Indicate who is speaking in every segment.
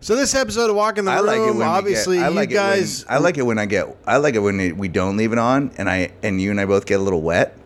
Speaker 1: So this episode of Walk in the
Speaker 2: I
Speaker 1: Room,
Speaker 2: like it when
Speaker 1: obviously,
Speaker 2: we get, I like
Speaker 1: you guys.
Speaker 2: It when, I like it when I get. I like it when it, we don't leave it on, and I and you and I both get a little wet,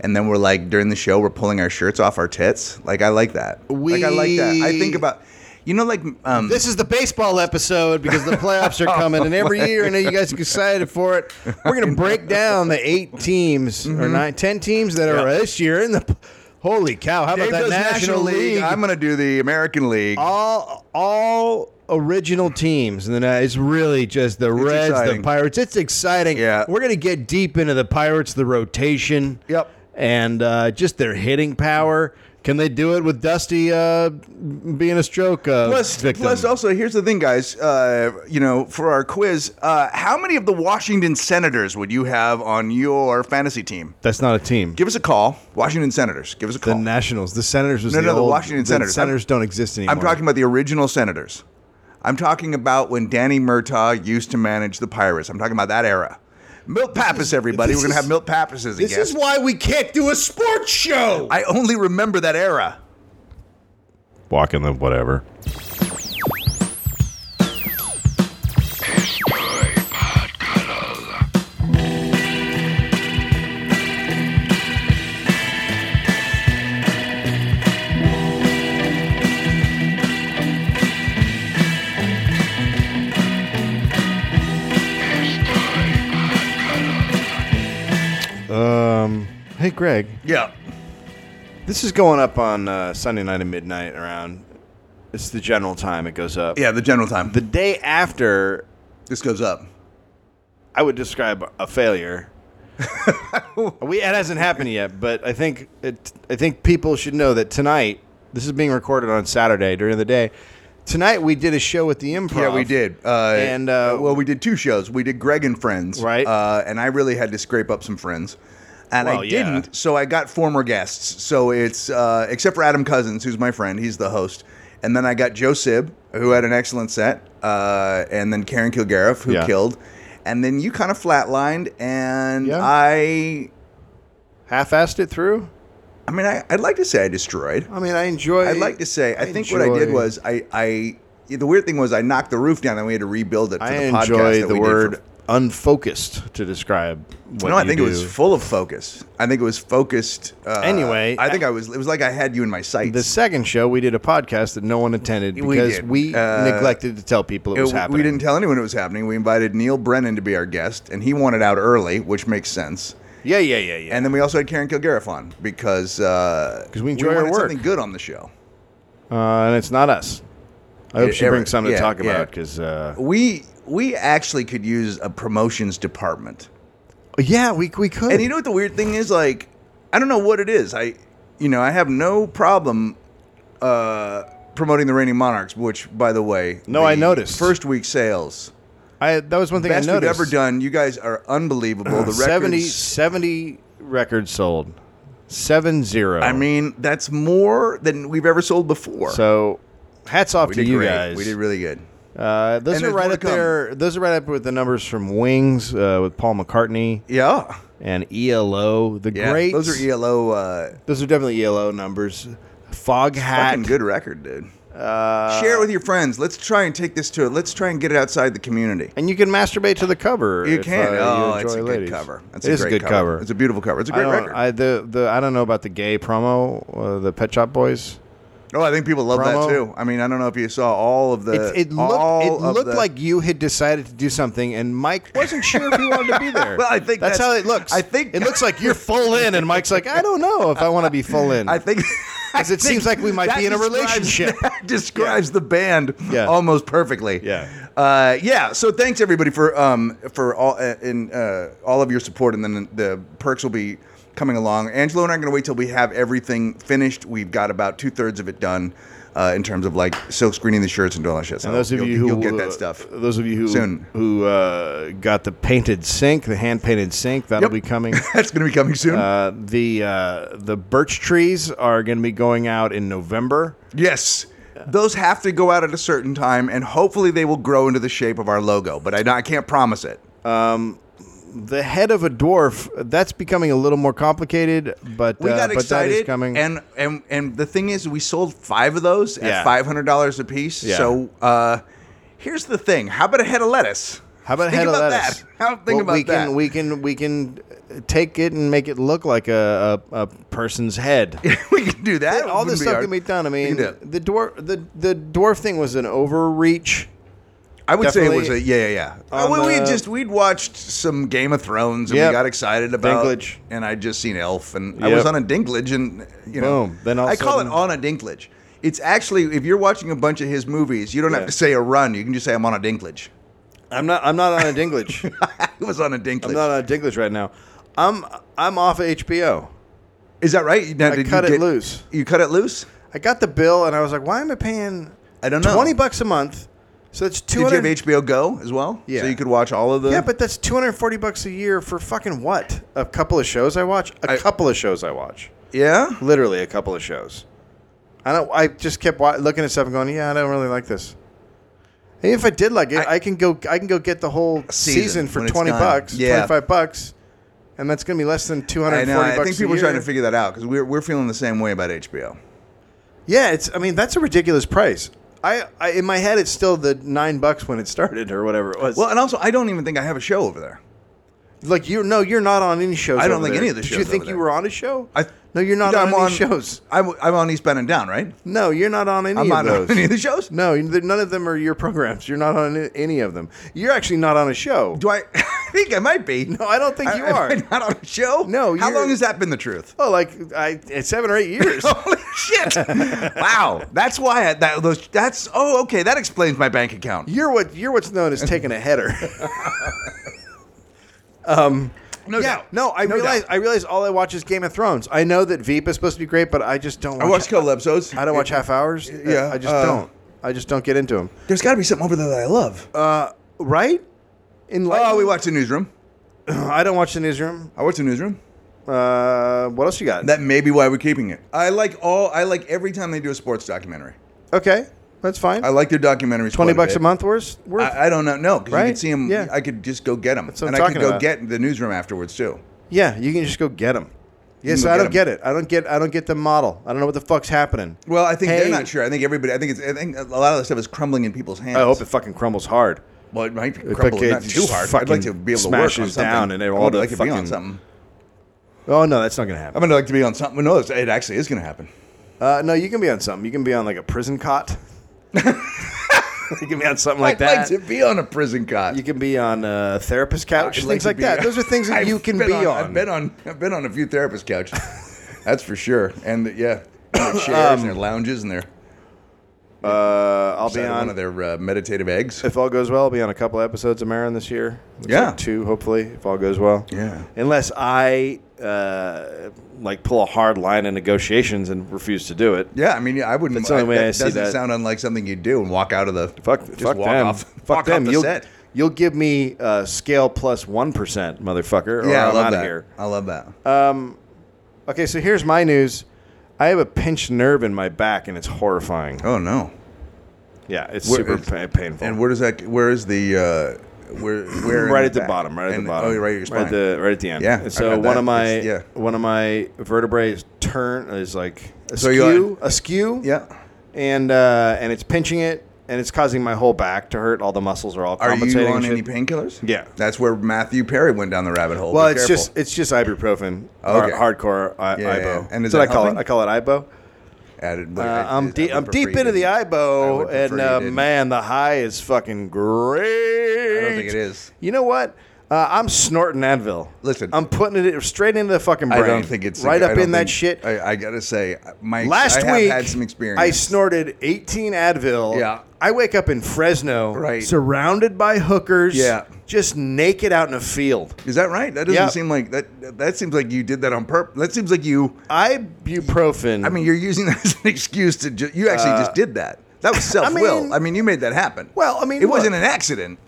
Speaker 2: and then we're like during the show we're pulling our shirts off our tits. Like I like that. like I like that. I think
Speaker 1: We-
Speaker 2: about. You know, like um,
Speaker 1: This is the baseball episode because the playoffs are coming, and every year I know you guys are excited for it. We're going to break down the eight teams
Speaker 2: Mm-hmm.
Speaker 1: or nine, ten teams that are this year in the. Holy cow! How about
Speaker 2: Dave
Speaker 1: that
Speaker 2: does
Speaker 1: National League?
Speaker 2: I'm gonna do the American League.
Speaker 1: all all original teams, and then uh, it's really just the Reds, the
Speaker 2: exciting.
Speaker 1: Pirates. It's exciting.
Speaker 2: Yeah.
Speaker 1: we're going to get deep into the Pirates, the rotation.
Speaker 2: Yep.
Speaker 1: and uh, just their hitting power. Can they do it with Dusty uh, being a stroke uh,
Speaker 2: Plus,
Speaker 1: victim?
Speaker 2: plus, also here's the thing, guys. Uh, you know, for our quiz, uh, how many of the Washington Senators would you have on your fantasy team?
Speaker 1: That's not a team.
Speaker 2: Give us a call, Washington Senators. Give us a
Speaker 1: The
Speaker 2: call.
Speaker 1: Nationals, the Senators was
Speaker 2: No,
Speaker 1: the
Speaker 2: no, the
Speaker 1: old-
Speaker 2: Washington Senators.
Speaker 1: Senators
Speaker 2: I'm-
Speaker 1: don't exist anymore.
Speaker 2: I'm talking about the original Senators. I'm talking about when Danny Murtaugh used to manage the Pirates. I'm talking about that era. Milt Pappas, everybody.
Speaker 1: this
Speaker 2: We're gonna have
Speaker 1: is-
Speaker 2: Milt Pappas as a
Speaker 1: This is
Speaker 2: guest.
Speaker 1: why we can't do a sports show.
Speaker 2: I only remember that era.
Speaker 3: Walk in the whatever.
Speaker 1: Um, hey Greg,
Speaker 2: Yeah.
Speaker 1: this is going up on uh, Sunday night at midnight around. It's the general time it goes up.
Speaker 2: Yeah, the general time.
Speaker 1: The day after,
Speaker 2: this goes up.
Speaker 1: I would describe a failure. we it hasn't happened yet, but I think it, I think people should know that tonight. This is being recorded on Saturday during the day. Tonight we did a show at the Improv.
Speaker 2: Yeah, we did. Uh,
Speaker 1: And, uh,
Speaker 2: well, we did two shows. We did Greg and Friends,
Speaker 1: Right.
Speaker 2: Uh, and I really had to scrape up some friends, and
Speaker 1: Well,
Speaker 2: I
Speaker 1: yeah.
Speaker 2: didn't. So I got former guests. So it's uh, except for Adam Cousins, who's my friend. He's the host. And then I got Joe Sib, who had an excellent set, uh, and then Karen Kilgariff, who
Speaker 1: Yeah.
Speaker 2: killed. And then you kind of flatlined, and
Speaker 1: Yeah.
Speaker 2: I,
Speaker 1: half-assed it through.
Speaker 2: I mean, I, I'd like to say I destroyed.
Speaker 1: I mean, I enjoy.
Speaker 2: I'd like to say I, think what I did
Speaker 1: enjoy-
Speaker 2: was I, I the weird thing was I knocked the roof down and we had to rebuild it for
Speaker 1: I
Speaker 2: the podcast
Speaker 1: enjoy
Speaker 2: that
Speaker 1: the
Speaker 2: we
Speaker 1: word
Speaker 2: did for-
Speaker 1: unfocused to describe what
Speaker 2: no, I
Speaker 1: you
Speaker 2: think
Speaker 1: do.
Speaker 2: it was full of focus. I think it was focused. Uh,
Speaker 1: Anyway,
Speaker 2: I think I, was. It was like I had you in my sights.
Speaker 1: the second show we did a podcast that no one attended
Speaker 2: We
Speaker 1: because
Speaker 2: did.
Speaker 1: we,
Speaker 2: Uh,
Speaker 1: neglected to tell people it
Speaker 2: It-
Speaker 1: was happening.
Speaker 2: we didn't tell anyone it was happening. We invited Neil Brennan to be our guest, and he wanted out early, which makes sense.
Speaker 1: Yeah, yeah, yeah, yeah.
Speaker 2: And then we also had Karen Kilgariff on because because
Speaker 1: 'Cause we enjoy our
Speaker 2: wanted
Speaker 1: work.
Speaker 2: something good on the show.
Speaker 1: Uh, and it's not us. I hope
Speaker 2: Yeah,
Speaker 1: she
Speaker 2: yeah,
Speaker 1: brings something to
Speaker 2: yeah,
Speaker 1: talk
Speaker 2: yeah.
Speaker 1: about because uh,
Speaker 2: We we actually could use a promotions department.
Speaker 1: yeah, we we could.
Speaker 2: And you know what the weird thing is? Like, I don't know what it is. I, you know, I have no problem uh, promoting the reigning monarchs. Which, by the way,
Speaker 1: No,
Speaker 2: the
Speaker 1: I noticed.
Speaker 2: first week sales
Speaker 1: I that was one thing I
Speaker 2: best we've
Speaker 1: noticed.
Speaker 2: ever done. You guys are unbelievable. The
Speaker 1: 70,
Speaker 2: records.
Speaker 1: 70 records sold, seven zero.
Speaker 2: I mean, that's more than we've ever sold before.
Speaker 1: so hats off
Speaker 2: we
Speaker 1: to
Speaker 2: did
Speaker 1: you
Speaker 2: great.
Speaker 1: guys.
Speaker 2: We did really good.
Speaker 1: Uh, those
Speaker 2: And
Speaker 1: are
Speaker 2: there's
Speaker 1: right
Speaker 2: more to
Speaker 1: up
Speaker 2: come.
Speaker 1: there. Those are right up with the numbers from Wings uh, with Paul McCartney
Speaker 2: Yeah.
Speaker 1: and ELO. The
Speaker 2: Yeah.
Speaker 1: great.
Speaker 2: Those are ELO. Uh,
Speaker 1: those are definitely ELO numbers. Fog Hat.
Speaker 2: fucking good record, dude. Uh, Share it with your friends. Let's try and take this to. Let's try and get it outside the community.
Speaker 1: And you can masturbate to the cover.
Speaker 2: You
Speaker 1: if,
Speaker 2: can.
Speaker 1: uh,
Speaker 2: oh,
Speaker 1: you
Speaker 2: it's a
Speaker 1: enjoy
Speaker 2: good
Speaker 1: ladies.
Speaker 2: cover. That's
Speaker 1: It
Speaker 2: a
Speaker 1: is
Speaker 2: great
Speaker 1: good cover.
Speaker 2: It's a beautiful cover. It's a
Speaker 1: I
Speaker 2: great
Speaker 1: don't-
Speaker 2: record.
Speaker 1: I the the I don't know about the gay promo, uh, the Pet Shop Boys.
Speaker 2: oh, I think people love
Speaker 1: promo.
Speaker 2: that too. I mean, I don't know if you saw all of the.
Speaker 1: it, it looked
Speaker 2: all
Speaker 1: it
Speaker 2: of
Speaker 1: looked
Speaker 2: the-
Speaker 1: like you had decided to do something, and Mike wasn't sure if he wanted to be there.
Speaker 2: Well, I think
Speaker 1: that's, how
Speaker 2: that's-
Speaker 1: it looks.
Speaker 2: I think-
Speaker 1: it looks like you're full in, and Mike's like, I don't know if I want to be full in.
Speaker 2: I think.
Speaker 1: Because it seems like we might
Speaker 2: that
Speaker 1: be in a
Speaker 2: describes-
Speaker 1: relationship.
Speaker 2: that describes the band
Speaker 1: Yeah.
Speaker 2: almost perfectly.
Speaker 1: Yeah.
Speaker 2: Uh, yeah. So thanks everybody for um for all uh, in uh, all of your support, and then the perks will be coming along. Angelo and I are going to wait till we have everything finished. We've got about two thirds of it done. Uh, in terms of like silk screening the shirts and doing all that shit. So
Speaker 1: And those of
Speaker 2: you'll,
Speaker 1: you who uh,
Speaker 2: you'll get that stuff.
Speaker 1: Those of you who
Speaker 2: soon.
Speaker 1: who uh, got the painted sink, the hand painted sink, that'll
Speaker 2: Yep.
Speaker 1: be coming.
Speaker 2: That's going to be coming soon.
Speaker 1: Uh, the uh, the birch trees are going to be going out in November.
Speaker 2: yes. Those have to go out at a certain time, and hopefully they will grow into the shape of our logo. But I, I can't promise it.
Speaker 1: the head of a dwarf. That's becoming a little more complicated, but
Speaker 2: We
Speaker 1: uh, but
Speaker 2: got
Speaker 1: that is
Speaker 2: excited,
Speaker 1: coming.
Speaker 2: and and and the thing is, we sold five of those at
Speaker 1: Yeah.
Speaker 2: five hundred dollars a piece.
Speaker 1: Yeah.
Speaker 2: So uh, here's the thing: how about a head of lettuce?
Speaker 1: How about a
Speaker 2: think
Speaker 1: head
Speaker 2: about
Speaker 1: of lettuce?
Speaker 2: That. How, think
Speaker 1: Well,
Speaker 2: about
Speaker 1: we
Speaker 2: that.
Speaker 1: Can, we can we can uh, take it and make it look like a, a, a person's head.
Speaker 2: we can do that. It
Speaker 1: all
Speaker 2: wouldn't
Speaker 1: this
Speaker 2: be
Speaker 1: stuff
Speaker 2: hard.
Speaker 1: can be done. I
Speaker 2: can
Speaker 1: mean,
Speaker 2: do it.
Speaker 1: the dwarf the, the dwarf thing was an overreach.
Speaker 2: I would say it was
Speaker 1: definitely
Speaker 2: a yeah, yeah, yeah. Uh,
Speaker 1: on
Speaker 2: well, we had
Speaker 1: the-
Speaker 2: just we'd watched some Game of Thrones and
Speaker 1: Yep.
Speaker 2: we got excited about
Speaker 1: Dinklage.
Speaker 2: and I'd just seen Elf and I was
Speaker 1: Yep.
Speaker 2: on a Dinklage and you know
Speaker 1: Boom. Then all of
Speaker 2: I
Speaker 1: a
Speaker 2: call it
Speaker 1: sudden-
Speaker 2: on a Dinklage. It's actually if you're watching a bunch of his movies, you don't
Speaker 1: Yeah.
Speaker 2: have to say a run. You can just say I'm on a Dinklage.
Speaker 1: I'm not I'm not on a Dinklage.
Speaker 2: I was on a Dinklage.
Speaker 1: I'm not on a Dinklage right now. I'm I'm off of HBO.
Speaker 2: Is that right? Now,
Speaker 1: I
Speaker 2: did you
Speaker 1: cut it
Speaker 2: get-
Speaker 1: loose.
Speaker 2: You cut it loose.
Speaker 1: I got the bill and I was like, why am I paying?
Speaker 2: I don't know.
Speaker 1: Twenty bucks a month. So that's two
Speaker 2: Did you have
Speaker 1: hundred.
Speaker 2: HBO Go as well?
Speaker 1: Yeah.
Speaker 2: So you could watch all of the.
Speaker 1: Yeah, but that's two hundred forty bucks a year for fucking what? A couple of shows I watch. A
Speaker 2: I-
Speaker 1: couple of shows I watch.
Speaker 2: yeah.
Speaker 1: Literally a couple of shows. I don't. I just kept wa- looking at stuff and going, yeah, I don't really like this. And if I did like it, I,
Speaker 2: I-
Speaker 1: can go. I can go get the whole
Speaker 2: Season,
Speaker 1: season, for
Speaker 2: when it's
Speaker 1: twenty
Speaker 2: done.
Speaker 1: bucks,
Speaker 2: Yeah.
Speaker 1: twenty five bucks, and that's gonna be less than two
Speaker 2: I
Speaker 1: hundred
Speaker 2: know.
Speaker 1: forty
Speaker 2: I
Speaker 1: bucks.
Speaker 2: think
Speaker 1: a
Speaker 2: people are
Speaker 1: year.
Speaker 2: trying to figure that out because we're we're feeling the same way about HBO.
Speaker 1: Yeah, it's. I mean, that's a ridiculous price. I, I in my head, it's still the nine bucks when it started or whatever it was.
Speaker 2: Well, and also I don't even think I have a show over there.
Speaker 1: like you, no, you're not on any shows.
Speaker 2: I don't
Speaker 1: over
Speaker 2: think
Speaker 1: there.
Speaker 2: any of the
Speaker 1: Did
Speaker 2: shows
Speaker 1: you think
Speaker 2: over
Speaker 1: you
Speaker 2: there.
Speaker 1: were on a show?
Speaker 2: I
Speaker 1: no, you're not
Speaker 2: Yeah,
Speaker 1: on any shows.
Speaker 2: I'm, I'm on Eastbound and Down, right?
Speaker 1: No, you're not on any
Speaker 2: I'm
Speaker 1: of
Speaker 2: not
Speaker 1: those.
Speaker 2: on any of the shows.
Speaker 1: no, you- th- none of them are your programs. You're not on any- any of them. You're actually not on a show.
Speaker 2: Do I? I think I might be.
Speaker 1: no, I don't think you
Speaker 2: am
Speaker 1: are.
Speaker 2: I not on a show.
Speaker 1: No,
Speaker 2: How
Speaker 1: you're-
Speaker 2: long has that been the truth?
Speaker 1: Oh, like I it's seven or eight years.
Speaker 2: Holy shit! wow, that's why I, that those that's oh okay that explains my bank account.
Speaker 1: you're what you're what's known as taking a header.
Speaker 2: No
Speaker 1: yeah,
Speaker 2: doubt.
Speaker 1: no, I realize
Speaker 2: doubt.
Speaker 1: I realize all I watch is Game of Thrones. I know that Veep is supposed to be great, but I just don't. Watch
Speaker 2: I watched a couple episodes.
Speaker 1: I don't watch half hours.
Speaker 2: Yeah,
Speaker 1: I just
Speaker 2: uh,
Speaker 1: don't. I just don't get into them.
Speaker 2: There's got to be something over there that I love.
Speaker 1: Uh, right? In like,
Speaker 2: oh, we watched the newsroom.
Speaker 1: I don't watch the newsroom.
Speaker 2: I watched the newsroom.
Speaker 1: Uh, what else you got?
Speaker 2: That may be why we're keeping it. I like all. I like every time they do a sports documentary.
Speaker 1: okay, that's fine.
Speaker 2: I like their documentaries.
Speaker 1: Twenty
Speaker 2: quite
Speaker 1: bucks a
Speaker 2: bit.
Speaker 1: month worth. worth.
Speaker 2: I, I don't know. No, because you
Speaker 1: Right?
Speaker 2: could see them.
Speaker 1: Yeah.
Speaker 2: I could just go get them,
Speaker 1: what I'm
Speaker 2: and I could
Speaker 1: talking
Speaker 2: go
Speaker 1: about.
Speaker 2: get the newsroom afterwards too.
Speaker 1: yeah, you can just go get them.
Speaker 2: can
Speaker 1: Yeah, so
Speaker 2: go
Speaker 1: I
Speaker 2: get
Speaker 1: don't
Speaker 2: 'em.
Speaker 1: get it. I don't get. I don't get the model. I don't know what the fuck's happening.
Speaker 2: Well, I think they're
Speaker 1: Hey.
Speaker 2: not sure. I think everybody. I think it's. I think a lot of the stuff is crumbling in people's hands.
Speaker 1: I hope it fucking crumbles hard.
Speaker 2: Well, it might be
Speaker 1: It fucking
Speaker 2: crumbling, not too hard. I'd
Speaker 1: fucking
Speaker 2: like to be able to work on
Speaker 1: smashes
Speaker 2: something.
Speaker 1: down and
Speaker 2: I
Speaker 1: all
Speaker 2: would
Speaker 1: the
Speaker 2: like to be on
Speaker 1: fucking-
Speaker 2: something.
Speaker 1: Oh no, that's not gonna happen.
Speaker 2: I'm gonna like to be on something. No, it's- it actually is gonna happen.
Speaker 1: Uh, no, you can be on something. You can be on like a prison cot. you can be on something like
Speaker 2: I'd
Speaker 1: that.
Speaker 2: like to be on a prison cot.
Speaker 1: You can be on a therapist couch,
Speaker 2: I'd
Speaker 1: things
Speaker 2: to
Speaker 1: like
Speaker 2: be-
Speaker 1: that. Those are things that
Speaker 2: I've
Speaker 1: you can
Speaker 2: been
Speaker 1: be on.
Speaker 2: I've been on. I've been on a few therapist couches. That's for sure. And the, yeah, and their chairs and their lounges and their
Speaker 1: uh, I'll Um, be
Speaker 2: side of one
Speaker 1: on.
Speaker 2: of their uh, meditative eggs.
Speaker 1: if all goes well, I'll be on a couple episodes of Marin this year. Looks
Speaker 2: Yeah.
Speaker 1: like two hopefully, if all goes well.
Speaker 2: Yeah.
Speaker 1: Unless I uh, like pull a hard line in negotiations and refuse to do it.
Speaker 2: Yeah, I mean, yeah, I wouldn't.
Speaker 1: That's the only way I see
Speaker 2: doesn't
Speaker 1: that.
Speaker 2: sound unlike something you do and walk out of the
Speaker 1: Fuck,
Speaker 2: just
Speaker 1: fuck
Speaker 2: walk
Speaker 1: them.
Speaker 2: Off,
Speaker 1: Fuck
Speaker 2: walk
Speaker 1: them.
Speaker 2: Off the
Speaker 1: you'll
Speaker 2: set.
Speaker 1: you'll give me uh, scale plus one percent, motherfucker. Or
Speaker 2: Yeah, I
Speaker 1: I'm
Speaker 2: love
Speaker 1: out
Speaker 2: that.
Speaker 1: of here. Uh,
Speaker 2: I love that.
Speaker 1: Okay, so here's my news. I have a pinched nerve in my back, and it's horrifying.
Speaker 2: oh no!
Speaker 1: Yeah, it's
Speaker 2: Where-
Speaker 1: super
Speaker 2: it's-
Speaker 1: pa- painful.
Speaker 2: And where does that? Where is the? Uh, where? Where? in
Speaker 1: right at the
Speaker 2: back?
Speaker 1: bottom, right at
Speaker 2: And-
Speaker 1: the bottom.
Speaker 2: Oh, you're right. at Your spine.
Speaker 1: Right at the right at the end.
Speaker 2: Yeah,
Speaker 1: And
Speaker 2: I
Speaker 1: so
Speaker 2: got
Speaker 1: one
Speaker 2: that.
Speaker 1: of my
Speaker 2: It's- yeah.
Speaker 1: one of my vertebrae is turn is like askew,
Speaker 2: So you
Speaker 1: askew.
Speaker 2: yeah.
Speaker 1: And uh, and it's pinching it, and it's causing my whole back to hurt. All the muscles are all
Speaker 2: Are
Speaker 1: compensating.
Speaker 2: you
Speaker 1: and
Speaker 2: on
Speaker 1: shit.
Speaker 2: any painkillers?
Speaker 1: Yeah.
Speaker 2: That's where Matthew Perry went down the rabbit hole.
Speaker 1: Well,
Speaker 2: Be
Speaker 1: it's
Speaker 2: careful.
Speaker 1: just it's just ibuprofen, or
Speaker 2: Okay.
Speaker 1: hardcore I-
Speaker 2: Yeah,
Speaker 1: ibo.
Speaker 2: yeah. And is
Speaker 1: That's what
Speaker 2: that
Speaker 1: I call
Speaker 2: helping?
Speaker 1: it. I call it ibo.
Speaker 2: added.
Speaker 1: Uh, I'm deep. I'm deep into the
Speaker 2: I
Speaker 1: ibo,
Speaker 2: would prefer
Speaker 1: and
Speaker 2: you
Speaker 1: uh,
Speaker 2: didn't.
Speaker 1: man, the high is fucking great.
Speaker 2: I don't think it is.
Speaker 1: You know what? Uh, I'm snorting Advil.
Speaker 2: Listen.
Speaker 1: I'm putting it straight into the fucking
Speaker 2: I
Speaker 1: brain.
Speaker 2: don't think it's
Speaker 1: right
Speaker 2: I
Speaker 1: up
Speaker 2: don't
Speaker 1: in that
Speaker 2: think-
Speaker 1: shit.
Speaker 2: I, I gotta say, my
Speaker 1: Last
Speaker 2: I have
Speaker 1: week,
Speaker 2: had some experience.
Speaker 1: I snorted 18 Advil.
Speaker 2: Yeah.
Speaker 1: I wake up in Fresno,
Speaker 2: Right.
Speaker 1: surrounded by hookers.
Speaker 2: Yeah.
Speaker 1: just naked out in a field.
Speaker 2: Is that right? That doesn't
Speaker 1: Yeah.
Speaker 2: seem like that. That seems like you did that on purpose. That seems like you.
Speaker 1: Ibuprofen.
Speaker 2: I mean, you're using that as an excuse to. Ju- you actually just did that. That was self will. I, mean,
Speaker 1: Uh, mean-
Speaker 2: you made that happen.
Speaker 1: Well, I mean,
Speaker 2: it wasn't
Speaker 1: look.
Speaker 2: an accident.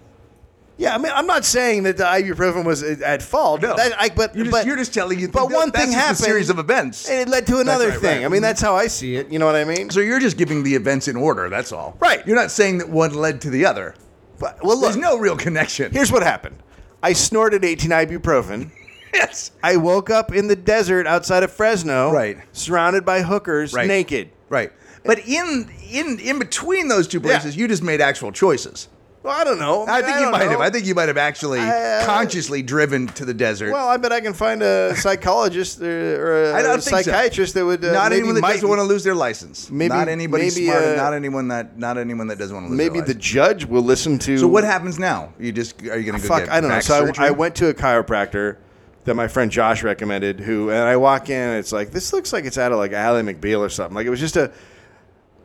Speaker 1: Yeah, I mean, I'm not saying that the ibuprofen was at at fault.
Speaker 2: No,
Speaker 1: That- I- but
Speaker 2: you're just,
Speaker 1: but
Speaker 2: you're just telling you.
Speaker 1: But
Speaker 2: that-
Speaker 1: one
Speaker 2: that's
Speaker 1: thing
Speaker 2: just
Speaker 1: happened.
Speaker 2: A series of events.
Speaker 1: and it led to another
Speaker 2: right,
Speaker 1: thing.
Speaker 2: right.
Speaker 1: I mean, that's how I see it. You know what I mean?
Speaker 2: so you're just giving the events in order. That's all.
Speaker 1: Right.
Speaker 2: You're not saying that one led to the other.
Speaker 1: But- well, look.
Speaker 2: There's no real connection.
Speaker 1: Here's what happened. I snorted 18 ibuprofen.
Speaker 2: Yes.
Speaker 1: I woke up in the desert outside of Fresno,
Speaker 2: Right.
Speaker 1: surrounded by hookers,
Speaker 2: Right.
Speaker 1: naked.
Speaker 2: Right. But in in in between those two places, you just made actual choices.
Speaker 1: Well, I don't know.
Speaker 2: I think you
Speaker 1: don't
Speaker 2: might have.
Speaker 1: know.
Speaker 2: I think you might have actually
Speaker 1: I, uh,
Speaker 2: consciously driven to the desert.
Speaker 1: Well, I bet I can find a psychologist or, or a
Speaker 2: I don't think so.
Speaker 1: psychiatrist that would uh,
Speaker 2: not
Speaker 1: maybe
Speaker 2: anyone that
Speaker 1: might,
Speaker 2: doesn't want to lose their license.
Speaker 1: Maybe-
Speaker 2: not anybody
Speaker 1: maybe,
Speaker 2: smart.
Speaker 1: uh,
Speaker 2: not anyone that. Not anyone that doesn't want to lose.
Speaker 1: Maybe
Speaker 2: their
Speaker 1: the
Speaker 2: license.
Speaker 1: judge will listen to.
Speaker 2: So what happens now? You just are you going to go
Speaker 1: Fuck,
Speaker 2: get
Speaker 1: I don't know.
Speaker 2: back
Speaker 1: So
Speaker 2: surgery?
Speaker 1: I, I went to a chiropractor that my friend Josh recommended. Who and I walk in, and it's like this looks like it's out of like Ally McBeal or something. Like it was just a,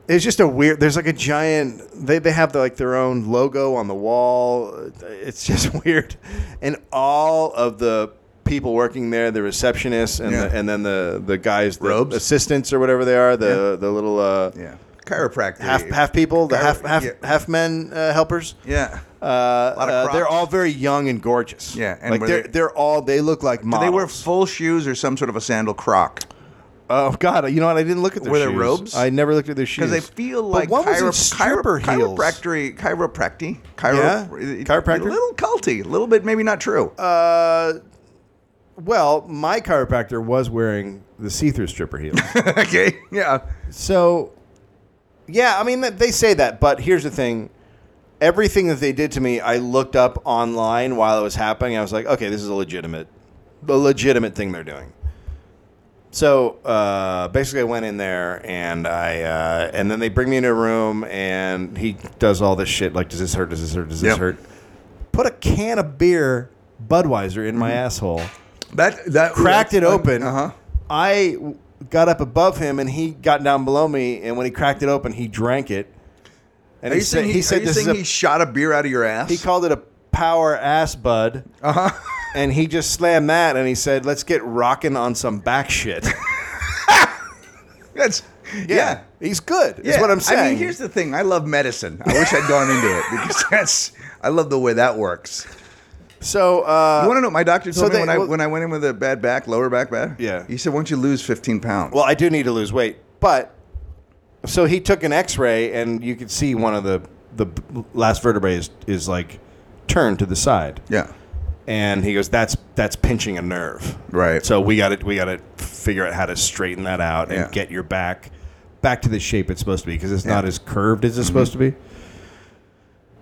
Speaker 1: it was just a weird. There's like a giant. They they have like their own logo on the wall. It's just weird, and all of the people working there, the receptionists and
Speaker 2: Yeah.
Speaker 1: the, and then the the guys, the
Speaker 2: Robes?
Speaker 1: assistants or whatever they are, the the little uh,
Speaker 2: Yeah. Chiropractor.
Speaker 1: half half people, the half half
Speaker 2: Yeah.
Speaker 1: half men uh, helpers.
Speaker 2: Yeah.
Speaker 1: Uh,
Speaker 2: lot of
Speaker 1: uh, they're
Speaker 2: Crocs.
Speaker 1: all very young and gorgeous.
Speaker 2: Yeah, and
Speaker 1: like
Speaker 2: were
Speaker 1: they're
Speaker 2: they-
Speaker 1: they, are all they look like
Speaker 2: Do
Speaker 1: models.
Speaker 2: they wear full shoes or some sort of a sandal croc?
Speaker 1: oh god, you know what? I didn't look at their
Speaker 2: Were
Speaker 1: shoes.
Speaker 2: there robes?
Speaker 1: I never looked at their shoes
Speaker 2: Because I feel
Speaker 1: But
Speaker 2: like
Speaker 1: one was in
Speaker 2: chiro-
Speaker 1: stripper
Speaker 2: chiro-
Speaker 1: heels.
Speaker 2: chiropractic, chiropractic,
Speaker 1: Yeah?
Speaker 2: chiro- uh,
Speaker 1: Chiropractor?
Speaker 2: a little culty, a little bit maybe not true.
Speaker 1: Uh, well, my chiropractor was wearing the see-through stripper heels.
Speaker 2: okay, yeah,
Speaker 1: so, yeah, I mean th- they say that, but here's the thing. Everything that they did to me, I looked up online while it was happening. I was like, okay, this is a legitimate, a legitimate thing they're doing. So uh, basically, I went in there and I uh, and then they bring me into a room and he does all this shit like, does this hurt? Does this hurt? Does this
Speaker 2: Yep.
Speaker 1: hurt? Put a can of beer, Budweiser, in my asshole,
Speaker 2: that that
Speaker 1: cracked it open.
Speaker 2: Uh huh.
Speaker 1: I w- got up above him and he got down below me and when he cracked it open, he drank it. And
Speaker 2: Are
Speaker 1: he
Speaker 2: you
Speaker 1: said
Speaker 2: saying he,
Speaker 1: he
Speaker 2: are
Speaker 1: said
Speaker 2: you
Speaker 1: this is
Speaker 2: saying
Speaker 1: a,
Speaker 2: he shot a beer out of your ass?
Speaker 1: he called it a power ass bud. Uh
Speaker 2: Uh-huh.
Speaker 1: huh. And he just slammed that and he said, let's get rocking on some back shit.
Speaker 2: That's yeah.
Speaker 1: He's good.
Speaker 2: Yeah.
Speaker 1: Is what I'm saying.
Speaker 2: I mean, here's the thing. I love medicine. I wish I'd gone into it because that's I love the way that works.
Speaker 1: so
Speaker 2: You want
Speaker 1: uh,
Speaker 2: to know? what My doctor told
Speaker 1: So they-
Speaker 2: me when I
Speaker 1: well-
Speaker 2: when I went in with a bad back, lower back bad.
Speaker 1: Yeah.
Speaker 2: He said, "Why don't you lose 15 pounds?"
Speaker 1: well, I do need to lose weight, but so he took an X-ray and you could see one of the the b- last vertebrae is, is like turned to the side,
Speaker 2: yeah.
Speaker 1: and he goes, "That's that's pinching a nerve."
Speaker 2: Right.
Speaker 1: So we got to we got to figure out how to straighten that out and
Speaker 2: Yeah.
Speaker 1: get your back back to the shape it's supposed to be because it's not as curved as it's
Speaker 2: Mm-hmm.
Speaker 1: supposed to be.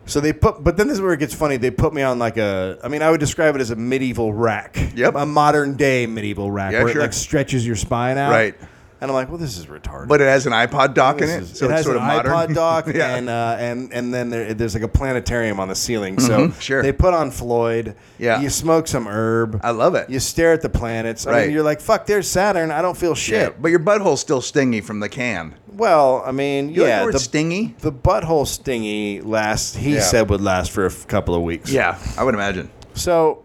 Speaker 1: So they put, but then this is where it gets funny. They put me on like a, I mean, I would describe it as a medieval rack.
Speaker 2: Yep.
Speaker 1: A modern day medieval rack
Speaker 2: Yeah,
Speaker 1: where
Speaker 2: sure.
Speaker 1: it like stretches your spine out.
Speaker 2: Right.
Speaker 1: And I'm like, well, this is retarded.
Speaker 2: But it has an iPod dock in it,
Speaker 1: This is-
Speaker 2: so
Speaker 1: it
Speaker 2: it's
Speaker 1: has
Speaker 2: sort
Speaker 1: an
Speaker 2: of modern.
Speaker 1: iPod dock,
Speaker 2: yeah.
Speaker 1: and uh, and and then there, there's like a planetarium on the ceiling. So Mm-hmm.
Speaker 2: Mhm, sure.
Speaker 1: they put on Floyd.
Speaker 2: Yeah.
Speaker 1: you smoke some herb.
Speaker 2: I love it.
Speaker 1: You stare at the planets. I
Speaker 2: Right.
Speaker 1: mean, you're like, fuck. There's Saturn. I don't feel
Speaker 2: yeah.
Speaker 1: shit.
Speaker 2: But your butthole's still stingy from the can.
Speaker 1: Well, I mean,
Speaker 2: You
Speaker 1: yeah,
Speaker 2: like the word
Speaker 1: the,
Speaker 2: stingy?
Speaker 1: the butthole stingy last he
Speaker 2: Yeah.
Speaker 1: said would last for a f- couple of weeks.
Speaker 2: Yeah, I would imagine.
Speaker 1: So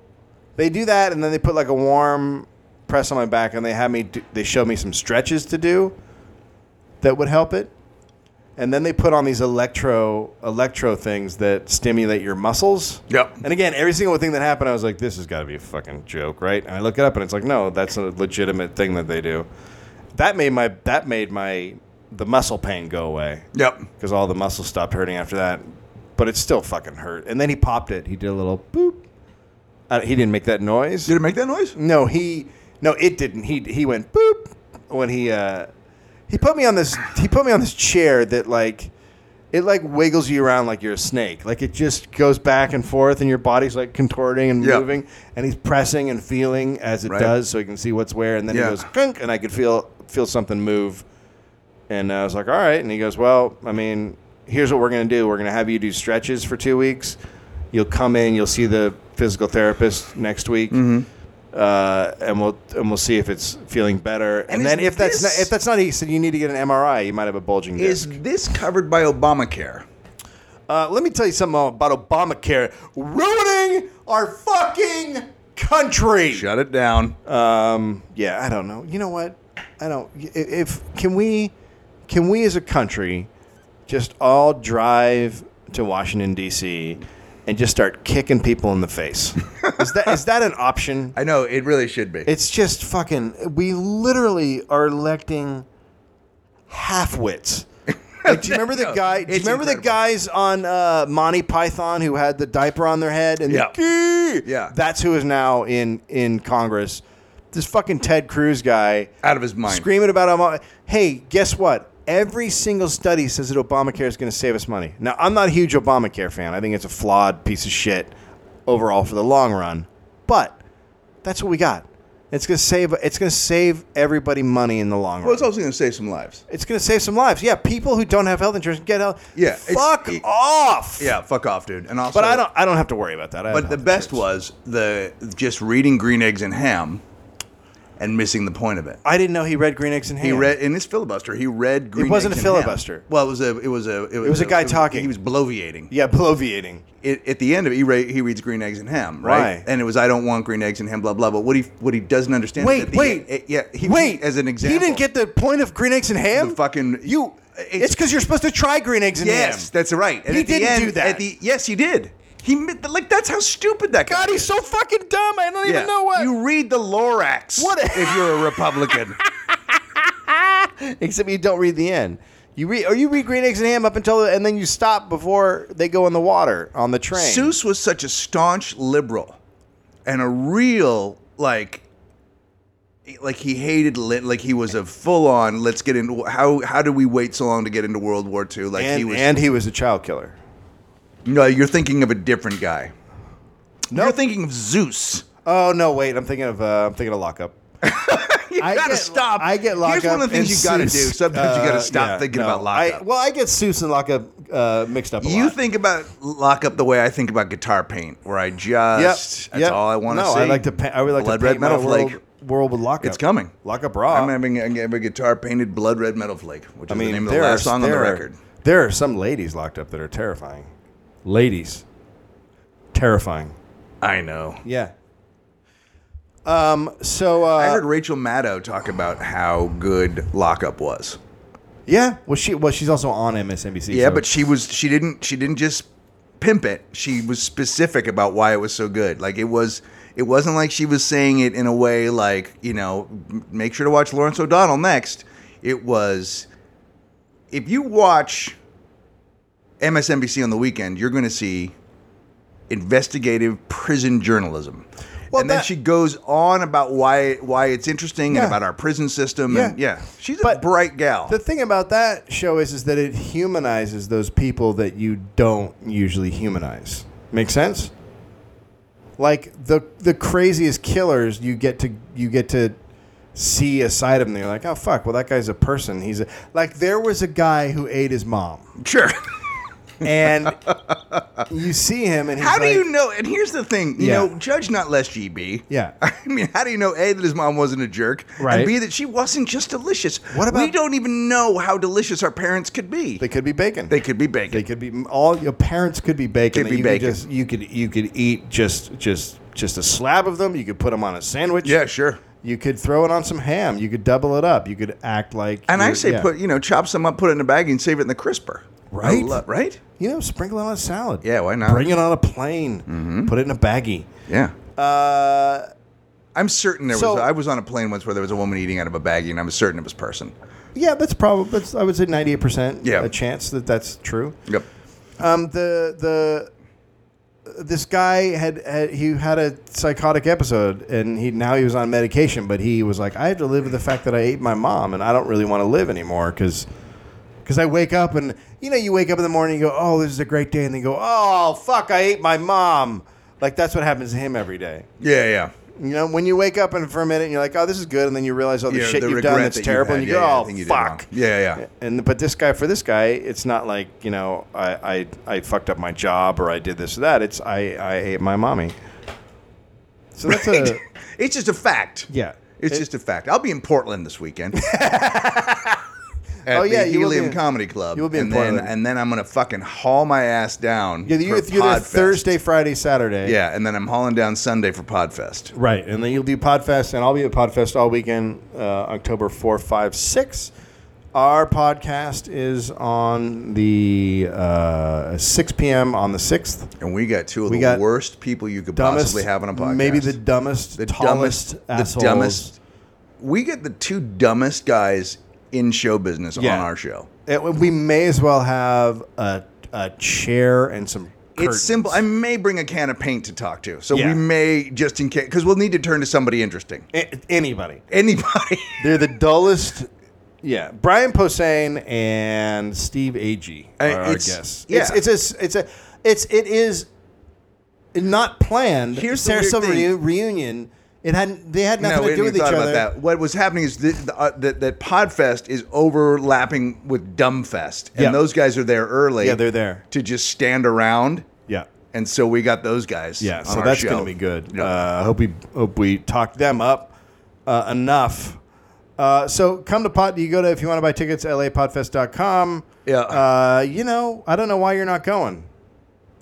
Speaker 1: they do that, and then they put like a warm press on my back, and they had me. Do, they showed me some stretches to do that would help it, and then they put on these electro electro things that stimulate your muscles.
Speaker 2: Yep.
Speaker 1: And again, every single thing that happened, I was like, "This has got to be a fucking joke, right?" And I look it up, and it's like, "No, that's a legitimate thing that they do." That made my that made my the muscle pain go away
Speaker 2: Yep.
Speaker 1: because all the muscles stopped hurting after that. But it still fucking hurt. And then he popped it. He did a little boop. Uh, he didn't make that noise.
Speaker 2: Did it make that noise?
Speaker 1: No, he no, it didn't. He he went boop when he uh he put me on this he put me on this chair that like it like wiggles you around like you're a snake. Like it just goes back and forth and your body's like contorting and
Speaker 2: Yeah.
Speaker 1: moving and he's pressing and feeling as it
Speaker 2: Right.
Speaker 1: does so he can see what's where and then
Speaker 2: Yeah.
Speaker 1: he goes clink and I could feel feel something move. And I was like, "All right." And he goes, "Well, I mean, here's what we're going to do. We're going to have you do stretches for 2 weeks. You'll come in, you'll see the physical therapist next week."
Speaker 2: Mm-hmm.
Speaker 1: uh, and we'll and we'll see if it's feeling better. And,
Speaker 2: is
Speaker 1: then if that's
Speaker 2: this-
Speaker 1: not, if that's not, he said you need to get an MRI. You might have a bulging
Speaker 2: Is
Speaker 1: disc.
Speaker 2: this covered by Obamacare?
Speaker 1: Uh, let me tell you something about Obamacare ruining our fucking country.
Speaker 2: Shut it down.
Speaker 1: Um, yeah, I don't know. You know what? I don't. i- If can we, can we as a country, just all drive to Washington D.C. and just start kicking people in the face? is that is that an option?
Speaker 2: I know it really should be.
Speaker 1: It's just fucking. We literally are electing halfwits Like, do you remember the guy? Do you
Speaker 2: It's
Speaker 1: remember the
Speaker 2: incredible.
Speaker 1: guys on uh, Monty Python who had the diaper on their head and
Speaker 2: Yeah.
Speaker 1: the key?
Speaker 2: Yeah.
Speaker 1: That's who is now in in Congress. This fucking Ted Cruz guy
Speaker 2: Out of his mind.
Speaker 1: screaming about Obama. Hey, guess what? Every single study says that Obamacare is going to save us money. Now, I'm not a huge Obamacare fan. I think it's a flawed piece of shit overall for the long run. But that's what we got. It's going to save. It's going to save everybody money in the long
Speaker 2: Well,
Speaker 1: run.
Speaker 2: it's also going to save some lives.
Speaker 1: It's going to save some lives. Yeah, people who don't have health insurance get health.
Speaker 2: Yeah, it's-
Speaker 1: fuck
Speaker 2: it-
Speaker 1: off.
Speaker 2: Yeah, fuck off, dude. And also,
Speaker 1: but I don't. I don't have to worry about that. I have
Speaker 2: But the
Speaker 1: health
Speaker 2: best
Speaker 1: insurance.
Speaker 2: was the just reading Green Eggs and Ham, and missing the point of it.
Speaker 1: I didn't know he read Green Eggs and
Speaker 2: He
Speaker 1: Ham.
Speaker 2: read in his filibuster. He read Green.
Speaker 1: wasn't
Speaker 2: Eggs
Speaker 1: a
Speaker 2: and Ham.
Speaker 1: filibuster.
Speaker 2: Well, it was a. It was a. It was,
Speaker 1: was a guy talking.
Speaker 2: He was bloviating.
Speaker 1: Yeah, bloviating.
Speaker 2: It, at the end of it, he, re- he reads Green Eggs and Ham, right?
Speaker 1: Right.
Speaker 2: And it was I don't want Green Eggs and Ham, blah blah. But what he what he doesn't understand. is
Speaker 1: Wait,
Speaker 2: at the
Speaker 1: wait.
Speaker 2: end- yeah. He,
Speaker 1: Wait,
Speaker 2: as an example,
Speaker 1: he didn't get the point of Green Eggs and Ham.
Speaker 2: the fucking you.
Speaker 1: It's because you're supposed to try green eggs and ham.
Speaker 2: yes, that's right. And
Speaker 1: He
Speaker 2: at the
Speaker 1: didn't
Speaker 2: end-
Speaker 1: do that.
Speaker 2: At the, yes, he did. He mi- like that's how stupid that guy.
Speaker 1: God,
Speaker 2: is.
Speaker 1: he's so fucking dumb. I don't
Speaker 2: Yeah.
Speaker 1: even know what.
Speaker 2: You read the Lorax
Speaker 1: What-
Speaker 2: if you're a Republican.
Speaker 1: Except you don't read the end. You read or you read green eggs and ham up until and then you stop before they go in the water on the train.
Speaker 2: Seuss was such a staunch liberal and a real like like he hated lit like he was a full on let's get into how how do we wait so long to get into World War II like
Speaker 1: and,
Speaker 2: he was
Speaker 1: and he was a child killer.
Speaker 2: No, you're thinking of a different guy.
Speaker 1: No.
Speaker 2: You're thinking of Zeus.
Speaker 1: Oh no, wait! I'm thinking of uh, I'm thinking of lockup.
Speaker 2: You
Speaker 1: I
Speaker 2: gotta
Speaker 1: get-
Speaker 2: stop.
Speaker 1: I get locked
Speaker 2: Here's one of
Speaker 1: up
Speaker 2: the things
Speaker 1: and
Speaker 2: you gotta do.
Speaker 1: Seuss.
Speaker 2: Sometimes you
Speaker 1: Uh,
Speaker 2: gotta stop
Speaker 1: yeah,
Speaker 2: thinking
Speaker 1: no.
Speaker 2: about lockup.
Speaker 1: I, well, I get Seuss and lockup uh, mixed up. A
Speaker 2: You
Speaker 1: lot.
Speaker 2: think about lock up the way I think about guitar paint, where I just that's
Speaker 1: yep.
Speaker 2: all I want to
Speaker 1: no,
Speaker 2: see.
Speaker 1: I like to. Pa- I would like
Speaker 2: Blood
Speaker 1: to
Speaker 2: red
Speaker 1: paint my
Speaker 2: metal flake.
Speaker 1: world, world with lockup.
Speaker 2: It's coming.
Speaker 1: Lockup raw.
Speaker 2: I'm having, I'm having a guitar painted blood red metal flake, which is the name of the
Speaker 1: there
Speaker 2: last
Speaker 1: are-
Speaker 2: song on the
Speaker 1: there are-
Speaker 2: record.
Speaker 1: There are some ladies locked up that are terrifying. Ladies, terrifying.
Speaker 2: I know.
Speaker 1: Yeah. Um. So. Uh,
Speaker 2: I heard Rachel Maddow talk about how good Lockup was.
Speaker 1: yeah. Well, she. Well, she's also on MSNBC.
Speaker 2: Yeah,
Speaker 1: so-
Speaker 2: but she was she didn't she didn't just pimp it. She was specific about why it was so good. Like it was it wasn't like she was saying it in a way like, you know, m- make sure to watch Lawrence O'Donnell next. It was if you watch MSNBC on the weekend, you're going to see investigative prison journalism.
Speaker 1: Well,
Speaker 2: and then
Speaker 1: that-
Speaker 2: she goes on about why why it's interesting
Speaker 1: Yeah.
Speaker 2: and about our prison system and
Speaker 1: Yeah.
Speaker 2: yeah, she's a
Speaker 1: But
Speaker 2: bright gal.
Speaker 1: The thing about that show is, is that it humanizes those people that you don't usually humanize. Make sense? Like the the craziest killers, you get to you get to see a side of them. You're like, oh fuck, well that guy's a person. He's a like there was a guy who ate his mom,
Speaker 2: sure.
Speaker 1: and you see him, and he's
Speaker 2: How do
Speaker 1: like-
Speaker 2: you know? And here's the thing, you
Speaker 1: Yeah.
Speaker 2: know, judge not less GB.
Speaker 1: Yeah.
Speaker 2: I mean, how do you know A that his mom wasn't a jerk,
Speaker 1: Right.
Speaker 2: and B that she wasn't just delicious?
Speaker 1: What
Speaker 2: we
Speaker 1: about-
Speaker 2: don't even know how delicious our parents could be?
Speaker 1: They could be bacon.
Speaker 2: They could be bacon.
Speaker 1: They could be all your parents could be bacon.
Speaker 2: Could
Speaker 1: that
Speaker 2: be
Speaker 1: you
Speaker 2: bacon.
Speaker 1: Could just, you could you could eat just just just a slab of them. You could put them on a sandwich.
Speaker 2: yeah, sure.
Speaker 1: You could throw it on some ham. You could double it up. You could act like.
Speaker 2: And I
Speaker 1: you're-
Speaker 2: say
Speaker 1: yeah.
Speaker 2: put you know chop some up, put it in a bag, and save it in the crisper.
Speaker 1: Right?
Speaker 2: I lo- right?
Speaker 1: You know, sprinkle it on a salad.
Speaker 2: Yeah, why not? Mm-hmm.
Speaker 1: Bring it on a plane. Put it in a baggie.
Speaker 2: Yeah.
Speaker 1: Uh,
Speaker 2: I'm certain there
Speaker 1: So-
Speaker 2: was. I was on a plane once where there was a woman eating out of a baggie, and I'm certain it was person.
Speaker 1: yeah, that's probably. That's I would say ninety eight percent.
Speaker 2: Yeah.
Speaker 1: A chance that that's true.
Speaker 2: Yep.
Speaker 1: Um, the the. This guy had, had he had a psychotic episode, and he now he was on medication. But he was like, "I have to live with the fact that I ate my mom, and I don't really want to live anymore because Because I wake up and, you know, you wake up in the morning and you go, oh, this is a great day. And then you go, oh, fuck, I ate my mom. Like, that's what happens to him every day.
Speaker 2: Yeah, yeah.
Speaker 1: You know, when you wake up and for a minute you're like, oh, this is good. And then you realize all the
Speaker 2: Yeah,
Speaker 1: shit
Speaker 2: the
Speaker 1: you've done
Speaker 2: regret
Speaker 1: that's
Speaker 2: that you
Speaker 1: terrible.
Speaker 2: had.
Speaker 1: and you
Speaker 2: Yeah, yeah, I
Speaker 1: go,
Speaker 2: think
Speaker 1: oh,
Speaker 2: you did wrong.
Speaker 1: fuck.
Speaker 2: Yeah, yeah.
Speaker 1: And but this guy, for this guy, it's not like, you know, I, I, I fucked up my job or I did this or that. It's I, I ate my mommy. So that's a.
Speaker 2: It's just a fact.
Speaker 1: Yeah.
Speaker 2: It's
Speaker 1: It-
Speaker 2: just a fact. I'll be in Portland this weekend. At
Speaker 1: Oh, yeah,
Speaker 2: the
Speaker 1: you will be
Speaker 2: Helium
Speaker 1: in-
Speaker 2: Comedy Club.
Speaker 1: you will be in
Speaker 2: and then,
Speaker 1: Portland.
Speaker 2: and then I'm gonna fucking haul my ass down.
Speaker 1: Yeah, you,
Speaker 2: for
Speaker 1: you're there
Speaker 2: Podfest.
Speaker 1: Thursday, Friday, Saturday.
Speaker 2: Yeah, and then I'm hauling down Sunday for Podfest.
Speaker 1: Right, and then you'll do Podfest, and I'll be at Podfest all weekend, uh, October 4, 5, 6. Our podcast is on the uh, 6 p.m. on the 6th.
Speaker 2: And we got two of the
Speaker 1: got
Speaker 2: worst people you could
Speaker 1: Dumbest,
Speaker 2: possibly have on a podcast.
Speaker 1: maybe the dumbest,
Speaker 2: The
Speaker 1: tallest
Speaker 2: dumbest, the
Speaker 1: assholes.
Speaker 2: dumbest. We get the two dumbest guys in show business
Speaker 1: Yeah.
Speaker 2: on our show.
Speaker 1: It- we may as well have a, a chair and some.
Speaker 2: It's
Speaker 1: curtains.
Speaker 2: simple. I may bring a can of paint to talk to, so
Speaker 1: Yeah.
Speaker 2: we may just in case because we'll need to turn to somebody interesting.
Speaker 1: A- anybody.
Speaker 2: Anybody?
Speaker 1: They're the dullest. Yeah, Brian Posehn and Steve Agee
Speaker 2: I-
Speaker 1: are our
Speaker 2: Uh, it's-
Speaker 1: guests.
Speaker 2: yeah.
Speaker 1: It's it's a, it's a it's it is not planned.
Speaker 2: Here's the weird
Speaker 1: Sarasota
Speaker 2: thing.
Speaker 1: reu- reunion. It had they had nothing
Speaker 2: we
Speaker 1: to do
Speaker 2: hadn't
Speaker 1: with
Speaker 2: even
Speaker 1: each
Speaker 2: thought
Speaker 1: other.
Speaker 2: about that. What was happening is the, the, uh, that that Podfest is overlapping with Dumbfest, and
Speaker 1: Yeah.
Speaker 2: those guys are there early.
Speaker 1: Yeah, they're there.
Speaker 2: to just stand around,
Speaker 1: Yeah.
Speaker 2: and so we got those guys.
Speaker 1: Yeah,
Speaker 2: on
Speaker 1: so
Speaker 2: our
Speaker 1: that's
Speaker 2: show.
Speaker 1: going to be good.
Speaker 2: Yeah.
Speaker 1: Uh, I hope we hope we talked them up uh, enough. Uh, so come to pot. You go to if you want to buy tickets, lapodfest.com.
Speaker 2: Yeah.
Speaker 1: Uh, you know, I don't know why you're not going.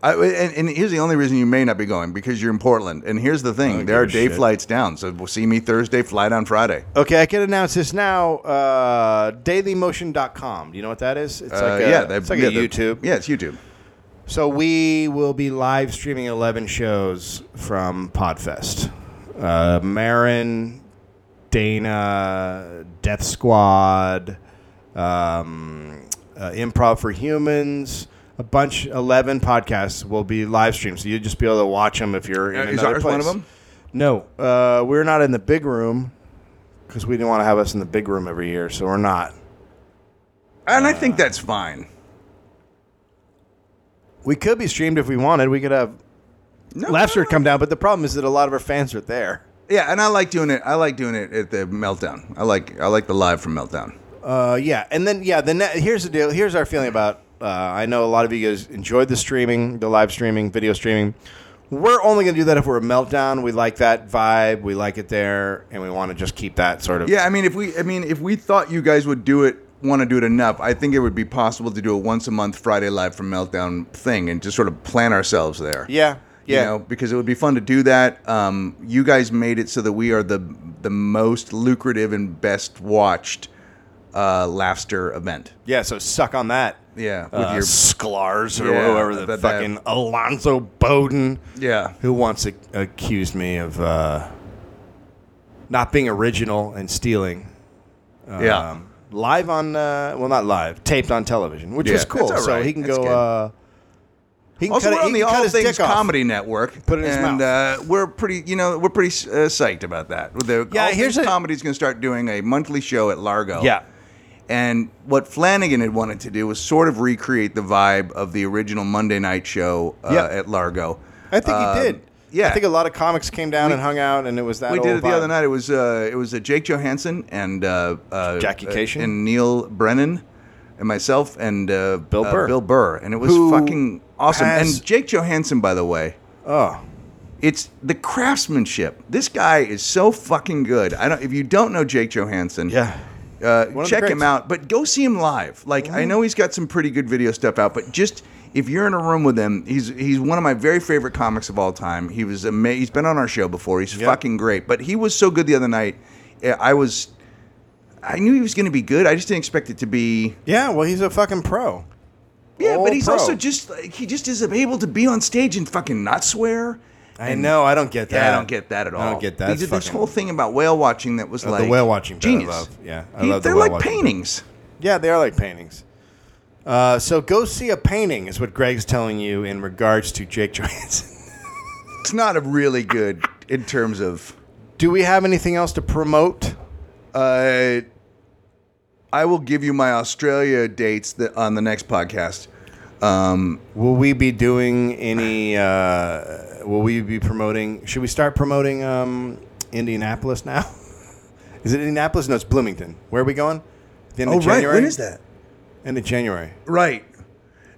Speaker 2: I, and, and here's the only reason you may not be going because you're in Portland. And here's the thing: there
Speaker 3: give
Speaker 2: are
Speaker 3: a
Speaker 2: day
Speaker 3: shit.
Speaker 2: flights down, so we'll see me Thursday, flight on Friday.
Speaker 1: Okay, I can announce this now. Uh, dailymotion.com. Do you know what that is? It's
Speaker 2: Uh,
Speaker 1: like a,
Speaker 2: yeah, they-
Speaker 1: it's like
Speaker 2: yeah,
Speaker 1: a
Speaker 2: they-
Speaker 1: YouTube.
Speaker 2: Yeah, it's YouTube.
Speaker 1: So we will be live streaming 11 shows from Podfest. Uh, Marin, Dana, Death Squad, um, uh, Improv for Humans, a bunch, 11 podcasts will be live streamed. So you'll just be able to watch them if you're in
Speaker 2: Uh, is
Speaker 1: another
Speaker 2: ours
Speaker 1: place.
Speaker 2: one of them?
Speaker 1: No. Uh, we're not in the big room because we didn't want to have us in the big room every year, so we're not.
Speaker 2: And I think that's fine.
Speaker 1: We could be streamed if we wanted. We could have
Speaker 2: No,
Speaker 1: Laughter come down, but the problem is that a lot of our fans are there.
Speaker 2: Yeah, and I like doing it. I like doing it at the Meltdown. I like I like the live from Meltdown.
Speaker 1: Uh, yeah, and then yeah, the ne- here's the deal. Here's our feeling about. Uh, I know a lot of you guys enjoyed the streaming, the live streaming, video streaming. We're only going to do that if we're a meltdown. We like that vibe. We like it there, and we want to just keep that sort of.
Speaker 2: Yeah, I mean if we I mean if we thought you guys would do it want to do it enough, I think it would be possible to do a once a month Friday live from Meltdown thing and just sort of plan ourselves there.
Speaker 1: yeah,
Speaker 2: You
Speaker 1: yeah.
Speaker 2: know, because it would be fun to do that. Um, you guys made it so that we are the the most lucrative and best watched uh, laughter event.
Speaker 1: Yeah, so suck on that.
Speaker 2: Yeah, with
Speaker 1: uh,
Speaker 2: your-
Speaker 1: Sklars or
Speaker 2: Yeah,
Speaker 1: whoever the
Speaker 2: that- that-
Speaker 1: fucking Alonzo Bowden.
Speaker 2: Yeah.
Speaker 1: who once ac- accused me of uh, not being original and stealing.
Speaker 2: yeah.
Speaker 1: Um, live on, uh, well, not live, taped on television, which
Speaker 2: Yeah,
Speaker 1: is cool.
Speaker 2: that's all
Speaker 1: So
Speaker 2: right.
Speaker 1: he can
Speaker 2: That's
Speaker 1: go.
Speaker 2: good.
Speaker 1: Uh, he can
Speaker 2: Also,
Speaker 1: cut,
Speaker 2: we're
Speaker 1: it-
Speaker 2: on
Speaker 1: he
Speaker 2: the
Speaker 1: can cut
Speaker 2: All
Speaker 1: his
Speaker 2: Things
Speaker 1: dick off.
Speaker 2: Comedy Network.
Speaker 1: Put it in his
Speaker 2: and,
Speaker 1: mouth.
Speaker 2: Uh, we're pretty, you know, we're pretty uh, psyched about that. The
Speaker 1: Yeah,
Speaker 2: All
Speaker 1: here's
Speaker 2: Things
Speaker 1: a-
Speaker 2: Comedy is going to start doing a monthly show at Largo.
Speaker 1: Yeah.
Speaker 2: And what Flanagan had wanted to do was sort of recreate the vibe of the original Monday night show uh,
Speaker 1: Yeah.
Speaker 2: at Largo.
Speaker 1: I think
Speaker 2: Um,
Speaker 1: he did.
Speaker 2: Yeah,
Speaker 1: I think a lot of comics came down and hung out, and it was that.
Speaker 2: we did
Speaker 1: old
Speaker 2: it the
Speaker 1: vibe.
Speaker 2: other night. It was uh, it was uh, Jake Johansson and uh, uh,
Speaker 1: Jackie
Speaker 2: uh,
Speaker 1: Cation?
Speaker 2: and Neil Brennan and myself and uh,
Speaker 1: Bill
Speaker 2: uh,
Speaker 1: Burr.
Speaker 2: Bill Burr, and it was
Speaker 1: Who
Speaker 2: fucking awesome.
Speaker 1: has-
Speaker 2: And Jake Johansson, by the way,
Speaker 1: Oh,
Speaker 2: it's the craftsmanship. This guy is so fucking good. I don't. If you don't know Jake Johansson,
Speaker 1: yeah.
Speaker 2: uh,
Speaker 1: of the
Speaker 2: check him
Speaker 1: greats. Mm-hmm.
Speaker 2: out. But go see him live. Like I know he's got some pretty good video stuff out, but just if you're in a room with him, he's he's one of my very favorite comics of all time. He was ama- he's been on our show before. He's fucking great. But he was so good the other night. uh, I was I knew he was going to be good. I just didn't expect it to be.
Speaker 1: Yeah, well, he's a fucking pro.
Speaker 2: Yeah,
Speaker 1: All
Speaker 2: but he's
Speaker 1: pro.
Speaker 2: also just like, he just is able to be on stage and fucking not swear.
Speaker 1: I know. I don't get that.
Speaker 2: Yeah, I don't get that at all.
Speaker 1: I don't get that.
Speaker 2: He
Speaker 1: It's
Speaker 2: did this
Speaker 1: fucking- Oh,
Speaker 2: whole thing about whale watching that was
Speaker 1: the
Speaker 2: like
Speaker 1: whale watching bit I
Speaker 2: genius.
Speaker 1: love. Yeah, I
Speaker 2: He-
Speaker 1: love the
Speaker 2: they're
Speaker 1: whale
Speaker 2: like
Speaker 1: watching bit.
Speaker 2: paintings.
Speaker 1: Yeah, they are like paintings. Uh, so go see a painting is what Greg's telling you in regards to Jake Johansson.
Speaker 2: It's not a really good in terms of.
Speaker 1: Do we have anything else to promote?
Speaker 2: Uh, I will give you my Australia dates that on the next podcast. Um,
Speaker 1: Will we be doing any? Uh, will we be promoting? Should we start promoting um, Indianapolis now? is it Indianapolis? No, it's Bloomington. Where are we going? The end
Speaker 2: oh
Speaker 1: of January.
Speaker 2: right, when is that?
Speaker 1: End of January.
Speaker 2: Right.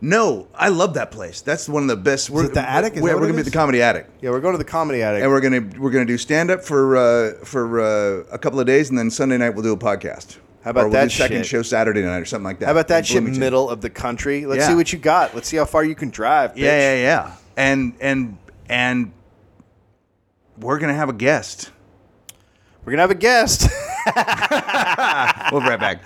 Speaker 2: No, I love that place. That's one of the best. We're,
Speaker 1: it the Attic? Is
Speaker 2: we're
Speaker 1: that what
Speaker 2: we're
Speaker 1: it
Speaker 2: gonna be at
Speaker 1: is?
Speaker 2: the Comedy Attic.
Speaker 1: Yeah, we're going to the Comedy Attic.
Speaker 2: and we're gonna we're gonna do stand up for uh, for uh, a couple of days, and then Sunday night we'll do a podcast.
Speaker 1: How about
Speaker 2: or we'll
Speaker 1: that
Speaker 2: Do second
Speaker 1: shit?
Speaker 2: show Saturday night or something like that.
Speaker 1: How about
Speaker 2: in
Speaker 1: that shit?
Speaker 2: Bloomington.
Speaker 1: Middle of the country. Let's
Speaker 2: Yeah.
Speaker 1: see what you got. Let's see how far you can drive. Bitch.
Speaker 2: Yeah, yeah, yeah. And and and we're gonna have a guest.
Speaker 1: We're gonna have a guest.
Speaker 2: We'll be right back.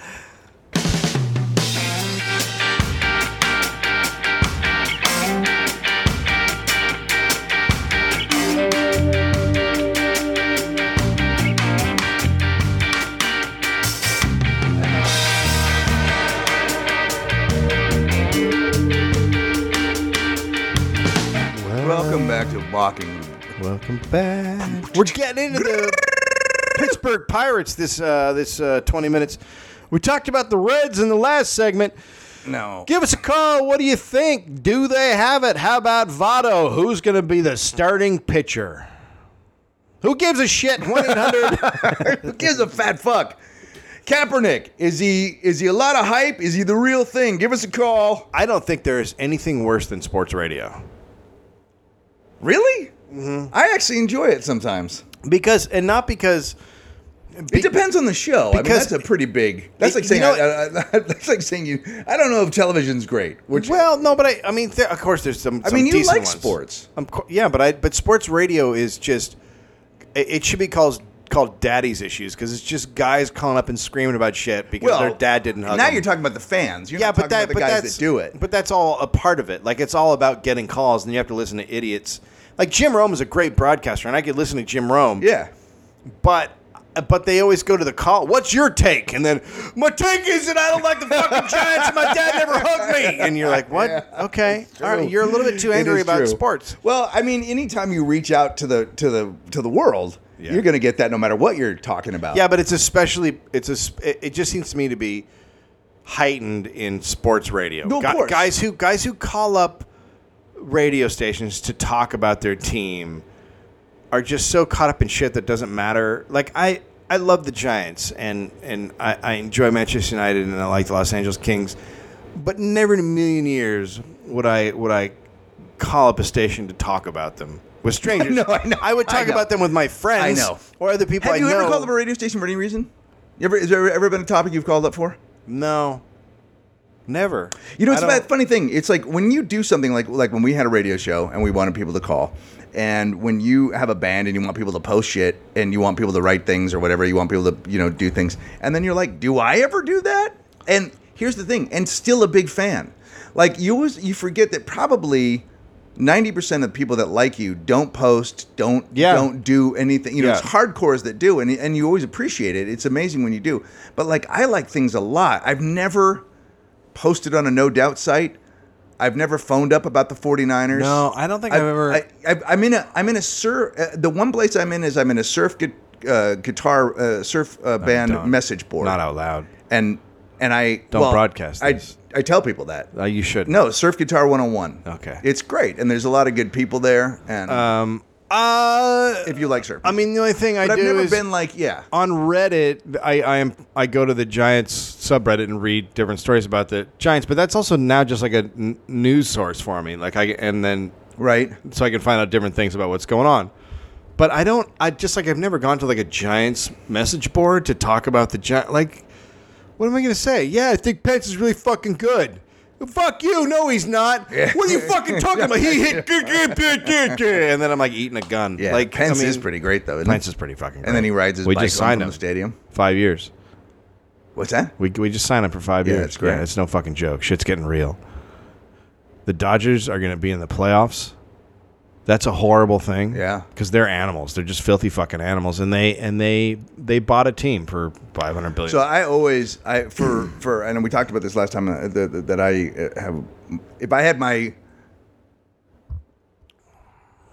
Speaker 2: Welcome back to Walking.
Speaker 1: Welcome back. We're getting into the Pittsburgh Pirates this uh, this uh, 20 minutes. We talked about the Reds in the last segment.
Speaker 2: No.
Speaker 1: Give us a call. What do you think? Do they have it? How about Votto? Who's going to be the starting pitcher? Who gives a shit? 1 800.
Speaker 2: Who gives a fat fuck? Kaepernick, is he is he a lot of hype? Is he the real thing? Give us a call.
Speaker 1: I don't think there is anything worse than sports radio.
Speaker 2: Really?
Speaker 1: Mm-hmm.
Speaker 2: I actually enjoy it sometimes.
Speaker 1: Because, and not because.
Speaker 2: It depends on the show. I mean,
Speaker 1: because-
Speaker 2: that's a pretty big. That's like
Speaker 1: You
Speaker 2: saying
Speaker 1: know-
Speaker 2: I, I, I- that's like saying you. I don't know if television's great. Which
Speaker 1: Well, no, but I, I mean, there, of course, there's some.
Speaker 2: I
Speaker 1: some
Speaker 2: mean, you
Speaker 1: decent
Speaker 2: like
Speaker 1: ones.
Speaker 2: sports.
Speaker 1: Um, co- yeah, but I but sports radio is just it, it should be called called daddy's issues because it's just guys calling up and screaming about shit because
Speaker 2: well,
Speaker 1: their dad didn't hug.
Speaker 2: Now
Speaker 1: them.
Speaker 2: you're talking about the fans. You're
Speaker 1: yeah,
Speaker 2: not
Speaker 1: but
Speaker 2: talking
Speaker 1: that
Speaker 2: about
Speaker 1: but
Speaker 2: the guys
Speaker 1: that's
Speaker 2: that do it.
Speaker 1: But that's all a part of it. Like it's all about getting calls, and you have to listen to idiots. Like Jim Rome is a great broadcaster, and I could listen to Jim Rome.
Speaker 2: yeah.
Speaker 1: but. But they always go to the call. What's your take? And then my take is that I don't like the fucking Giants. and My dad never hugged me. And you're like, what? okay, all right. You're a little bit too
Speaker 2: It
Speaker 1: angry
Speaker 2: is
Speaker 1: about
Speaker 2: true.
Speaker 1: sports.
Speaker 2: Well, I mean, anytime you reach out to the to the to the world,
Speaker 1: Yeah.
Speaker 2: you're going to get that no matter what you're talking about.
Speaker 1: Yeah, but it's especially it's a sp- it, it just seems to me to be heightened in sports radio.
Speaker 2: No, of
Speaker 1: Gu-
Speaker 2: course.
Speaker 1: Guys who guys who call up radio stations to talk about their team are just so caught up in shit that doesn't matter. Like I I love the Giants and and I, I enjoy Manchester United and I like the Los Angeles Kings, but never in a million years would I would I call up a station to talk about them. With strangers,
Speaker 2: know, I know,
Speaker 1: would
Speaker 2: I
Speaker 1: talk
Speaker 2: know.
Speaker 1: about them with my friends,
Speaker 2: know.
Speaker 1: or other people.
Speaker 2: Have
Speaker 1: I
Speaker 2: you
Speaker 1: know.
Speaker 2: ever called up a radio station for any reason? You ever, has there ever been a topic you've called up for?
Speaker 1: No. Never.
Speaker 2: You know, it's
Speaker 1: I
Speaker 2: a
Speaker 1: don't-
Speaker 2: bad- funny thing. It's like when you do something like like when we had a radio show and we wanted people to call, and when you have a band and you want people to post shit and you want people to write things or whatever, you want people to you know do things, and then you're like, do I ever do that? And here's the thing, and still a big fan. Like you always you forget that probably. 90% of the people that like you don't post, don't
Speaker 1: Yeah.
Speaker 2: don't do anything. You know,
Speaker 1: Yeah.
Speaker 2: it's hardcores that do and and you always appreciate it. It's amazing when you do. But like I like things a lot. I've never posted on a no doubt site. I've never phoned up about the 49ers.
Speaker 1: No, I don't think I've ever-
Speaker 2: I, I, am in a. I'm in a surf. Uh, the one place I'm in is I'm in a surf gu- uh, guitar uh, surf uh, band
Speaker 1: don't.
Speaker 2: message board.
Speaker 1: Not out loud.
Speaker 2: And and I
Speaker 1: Don't
Speaker 2: well,
Speaker 1: broadcast
Speaker 2: I
Speaker 1: this.
Speaker 2: I tell people that.
Speaker 1: Uh, you should.
Speaker 2: No, Surf Guitar 101.
Speaker 1: Okay.
Speaker 2: It's great, and there's a lot of good people there. And
Speaker 1: Um. Uh.
Speaker 2: if you like surf,
Speaker 1: I mean, the only thing I
Speaker 2: but I've
Speaker 1: do
Speaker 2: never
Speaker 1: is
Speaker 2: been like, yeah.
Speaker 1: on Reddit. I I am I go to the Giants subreddit and read different stories about the Giants, but that's also now just like a n- news source for me. Like I and then
Speaker 2: Right.
Speaker 1: so I can find out different things about what's going on. But I don't. I just like I've never gone to like a Giants message board to talk about the Giants. Like, what am I gonna say? Yeah, I think Pence is really fucking good. Fuck you! No, he's not. What are you fucking talking about? He hit, and then I'm like eating a gun.
Speaker 2: Yeah.
Speaker 1: like
Speaker 2: Pence
Speaker 1: I mean,
Speaker 2: is pretty great though. Isn't
Speaker 1: Pence
Speaker 2: he?
Speaker 1: is pretty fucking. Great.
Speaker 2: and then he rides his
Speaker 1: We
Speaker 2: bike
Speaker 1: just
Speaker 2: home
Speaker 1: signed
Speaker 2: from
Speaker 1: him.
Speaker 2: the stadium.
Speaker 1: Five years.
Speaker 2: What's that?
Speaker 1: We we just signed him for five
Speaker 2: Yeah,
Speaker 1: years.
Speaker 2: it's great.
Speaker 1: Yeah, it's no fucking joke. Shit's getting real. The Dodgers are gonna be in the playoffs. That's a horrible thing.
Speaker 2: Yeah.
Speaker 1: because they're animals. They're just filthy fucking animals, and they and they they bought a team for five hundred billion.
Speaker 2: So I always, I for for, and we talked about this last time uh, that, that- that I uh, have. If I had my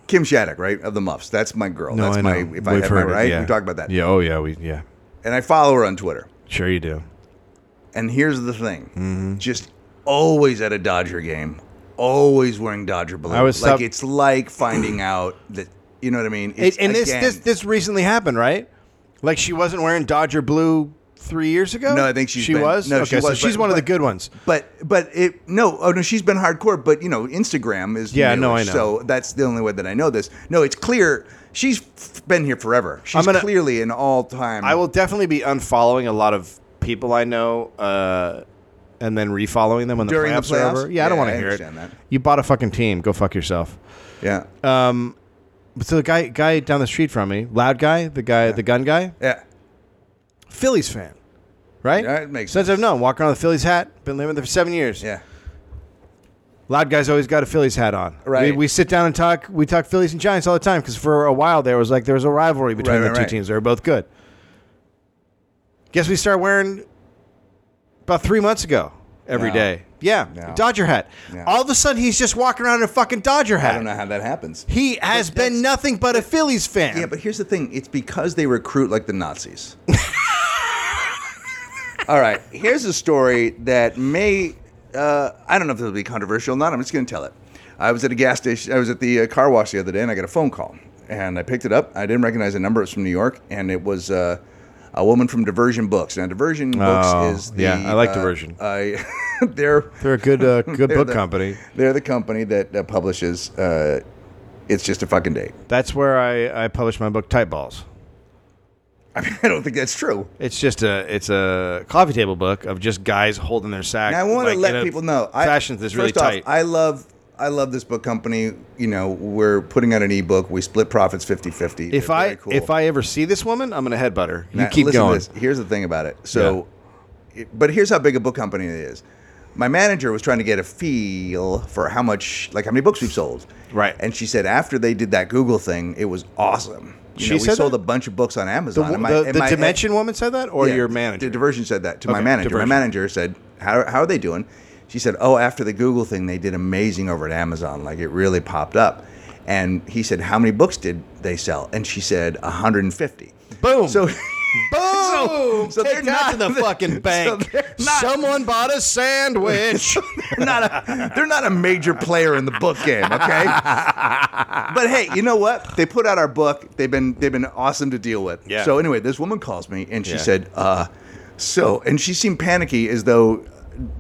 Speaker 2: Kim Shattuck, right of the Muffs, that's my girl.
Speaker 1: No,
Speaker 2: that's
Speaker 1: I
Speaker 2: my.
Speaker 1: know.
Speaker 2: If I had my
Speaker 1: heard it,
Speaker 2: right,
Speaker 1: yeah.
Speaker 2: we talked about that.
Speaker 1: Yeah. Oh yeah. We yeah.
Speaker 2: And I follow her on Twitter.
Speaker 1: Sure you do.
Speaker 2: And here's the thing:
Speaker 1: Mm-hmm.
Speaker 2: just always at a Dodger game, always wearing Dodger blue.
Speaker 1: I was
Speaker 2: like
Speaker 1: sub-
Speaker 2: it's like finding out that you know what I mean. It's,
Speaker 1: and this
Speaker 2: again-
Speaker 1: this this recently happened, right? Like she wasn't wearing Dodger blue three years ago.
Speaker 2: No, I think she's
Speaker 1: she
Speaker 2: been-
Speaker 1: was.
Speaker 2: no,
Speaker 1: okay,
Speaker 2: she
Speaker 1: so
Speaker 2: was,
Speaker 1: she's
Speaker 2: but-
Speaker 1: one of the
Speaker 2: but-
Speaker 1: good ones.
Speaker 2: But but it no oh no she's been hardcore but you know Instagram is
Speaker 1: Yeah, no,
Speaker 2: newish,
Speaker 1: I know.
Speaker 2: so that's the only way that I know this no it's clear she's f- been here forever she's
Speaker 1: I'm gonna-
Speaker 2: clearly an all time
Speaker 1: I will definitely be unfollowing a lot of people I know, uh, and then refollowing them when the
Speaker 2: During the
Speaker 1: playoffs, are
Speaker 2: playoffs?
Speaker 1: over. Yeah, I don't
Speaker 2: Yeah,
Speaker 1: want
Speaker 2: I
Speaker 1: to hear it.
Speaker 2: understand that.
Speaker 1: You bought a fucking team. Go fuck yourself.
Speaker 2: yeah
Speaker 1: Um, but so the guy guy down the street from me, loud guy, the guy, the gun guy,
Speaker 2: yeah
Speaker 1: Phillies fan, right?
Speaker 2: Yeah, it makes
Speaker 1: Since
Speaker 2: sense.
Speaker 1: I've known, walking around with a Phillies hat, been living there for seven years.
Speaker 2: yeah
Speaker 1: Loud guy's always got a Phillies hat on.
Speaker 2: Right.
Speaker 1: We, we sit down and talk. We talk Phillies and Giants all the time because for a while there was like there was a rivalry between
Speaker 2: Right,
Speaker 1: the
Speaker 2: right,
Speaker 1: two
Speaker 2: right.
Speaker 1: teams. They were both good. Guess we started wearing about three months ago every
Speaker 2: Wow.
Speaker 1: day Yeah,
Speaker 2: Yeah.
Speaker 1: Dodger hat.
Speaker 2: Yeah.
Speaker 1: All of a sudden, he's just walking around in a fucking Dodger hat.
Speaker 2: I don't know how that happens.
Speaker 1: He has been nothing but a Phillies fan.
Speaker 2: Yeah, but here's the thing: it's because they recruit like the Nazis. All right, here's a story that may uh, I don't know if it'll be controversial or not. I'm just going to tell it. I was at a gas station. I was at the uh, car wash the other day, and I got a phone call, and I picked it up. I didn't recognize the number. It was from New York, and it was. Uh, a woman from Diversion Books. Now, Diversion
Speaker 3: Oh,
Speaker 2: Books is the
Speaker 3: yeah, I like
Speaker 2: uh,
Speaker 3: Diversion.
Speaker 2: I, they're
Speaker 1: they're a good, uh, good
Speaker 2: They're
Speaker 1: book
Speaker 2: the-
Speaker 1: company.
Speaker 2: they're the company that uh, publishes. Uh, it's just a fucking date.
Speaker 1: That's where I, I publish my book, Tight Balls.
Speaker 2: I mean, I don't think that's true.
Speaker 1: It's just a it's a coffee table book of just guys holding their sack.
Speaker 2: Now, I want
Speaker 1: like,
Speaker 2: to let
Speaker 1: in a
Speaker 2: people know. I,
Speaker 1: Fashion that's really
Speaker 2: first off,
Speaker 1: tight.
Speaker 2: I love I love this book company. You know, we're putting out an ebook. We split profits 50-50.
Speaker 1: if
Speaker 2: They're
Speaker 1: I
Speaker 2: very cool.
Speaker 1: if I ever see this woman, I'm gonna headbutt her. You
Speaker 2: Now,
Speaker 1: keep
Speaker 2: listen to
Speaker 1: going.
Speaker 2: this. Here's the thing about it. So, it- but here's how big a book company it is. My manager was trying to get a feel for how much, like how many books we've sold.
Speaker 1: Right.
Speaker 2: And she said after they did that Google thing, it was awesome. You
Speaker 1: She
Speaker 2: know,
Speaker 1: said
Speaker 2: we sold
Speaker 1: that?
Speaker 2: a bunch of books on Amazon.
Speaker 1: The,
Speaker 2: And my-
Speaker 1: the-
Speaker 2: and
Speaker 1: the
Speaker 2: my-
Speaker 1: dimension woman said that, or
Speaker 2: Yeah,
Speaker 1: your
Speaker 2: the-
Speaker 1: manager?
Speaker 2: The diversion said that to my
Speaker 1: Okay,
Speaker 2: manager.
Speaker 1: Diversion.
Speaker 2: My manager said, how, how are they doing? She said, Oh, after the Google thing, they did amazing over at Amazon. Like it really popped up. And he said, How many books did they sell? And she said, 150.
Speaker 1: Boom.
Speaker 2: So,
Speaker 1: Boom! Take
Speaker 2: so they're
Speaker 1: that to
Speaker 2: not-
Speaker 1: the fucking bank.
Speaker 2: they're not-
Speaker 1: Someone bought a sandwich.
Speaker 2: they're not a they're not a major player in the book game, okay? but hey, you know what? They put out our book. They've been they've been awesome to deal with.
Speaker 1: Yeah.
Speaker 2: So anyway, this woman calls me and she
Speaker 1: Yeah.
Speaker 2: said, uh, so and she seemed panicky as though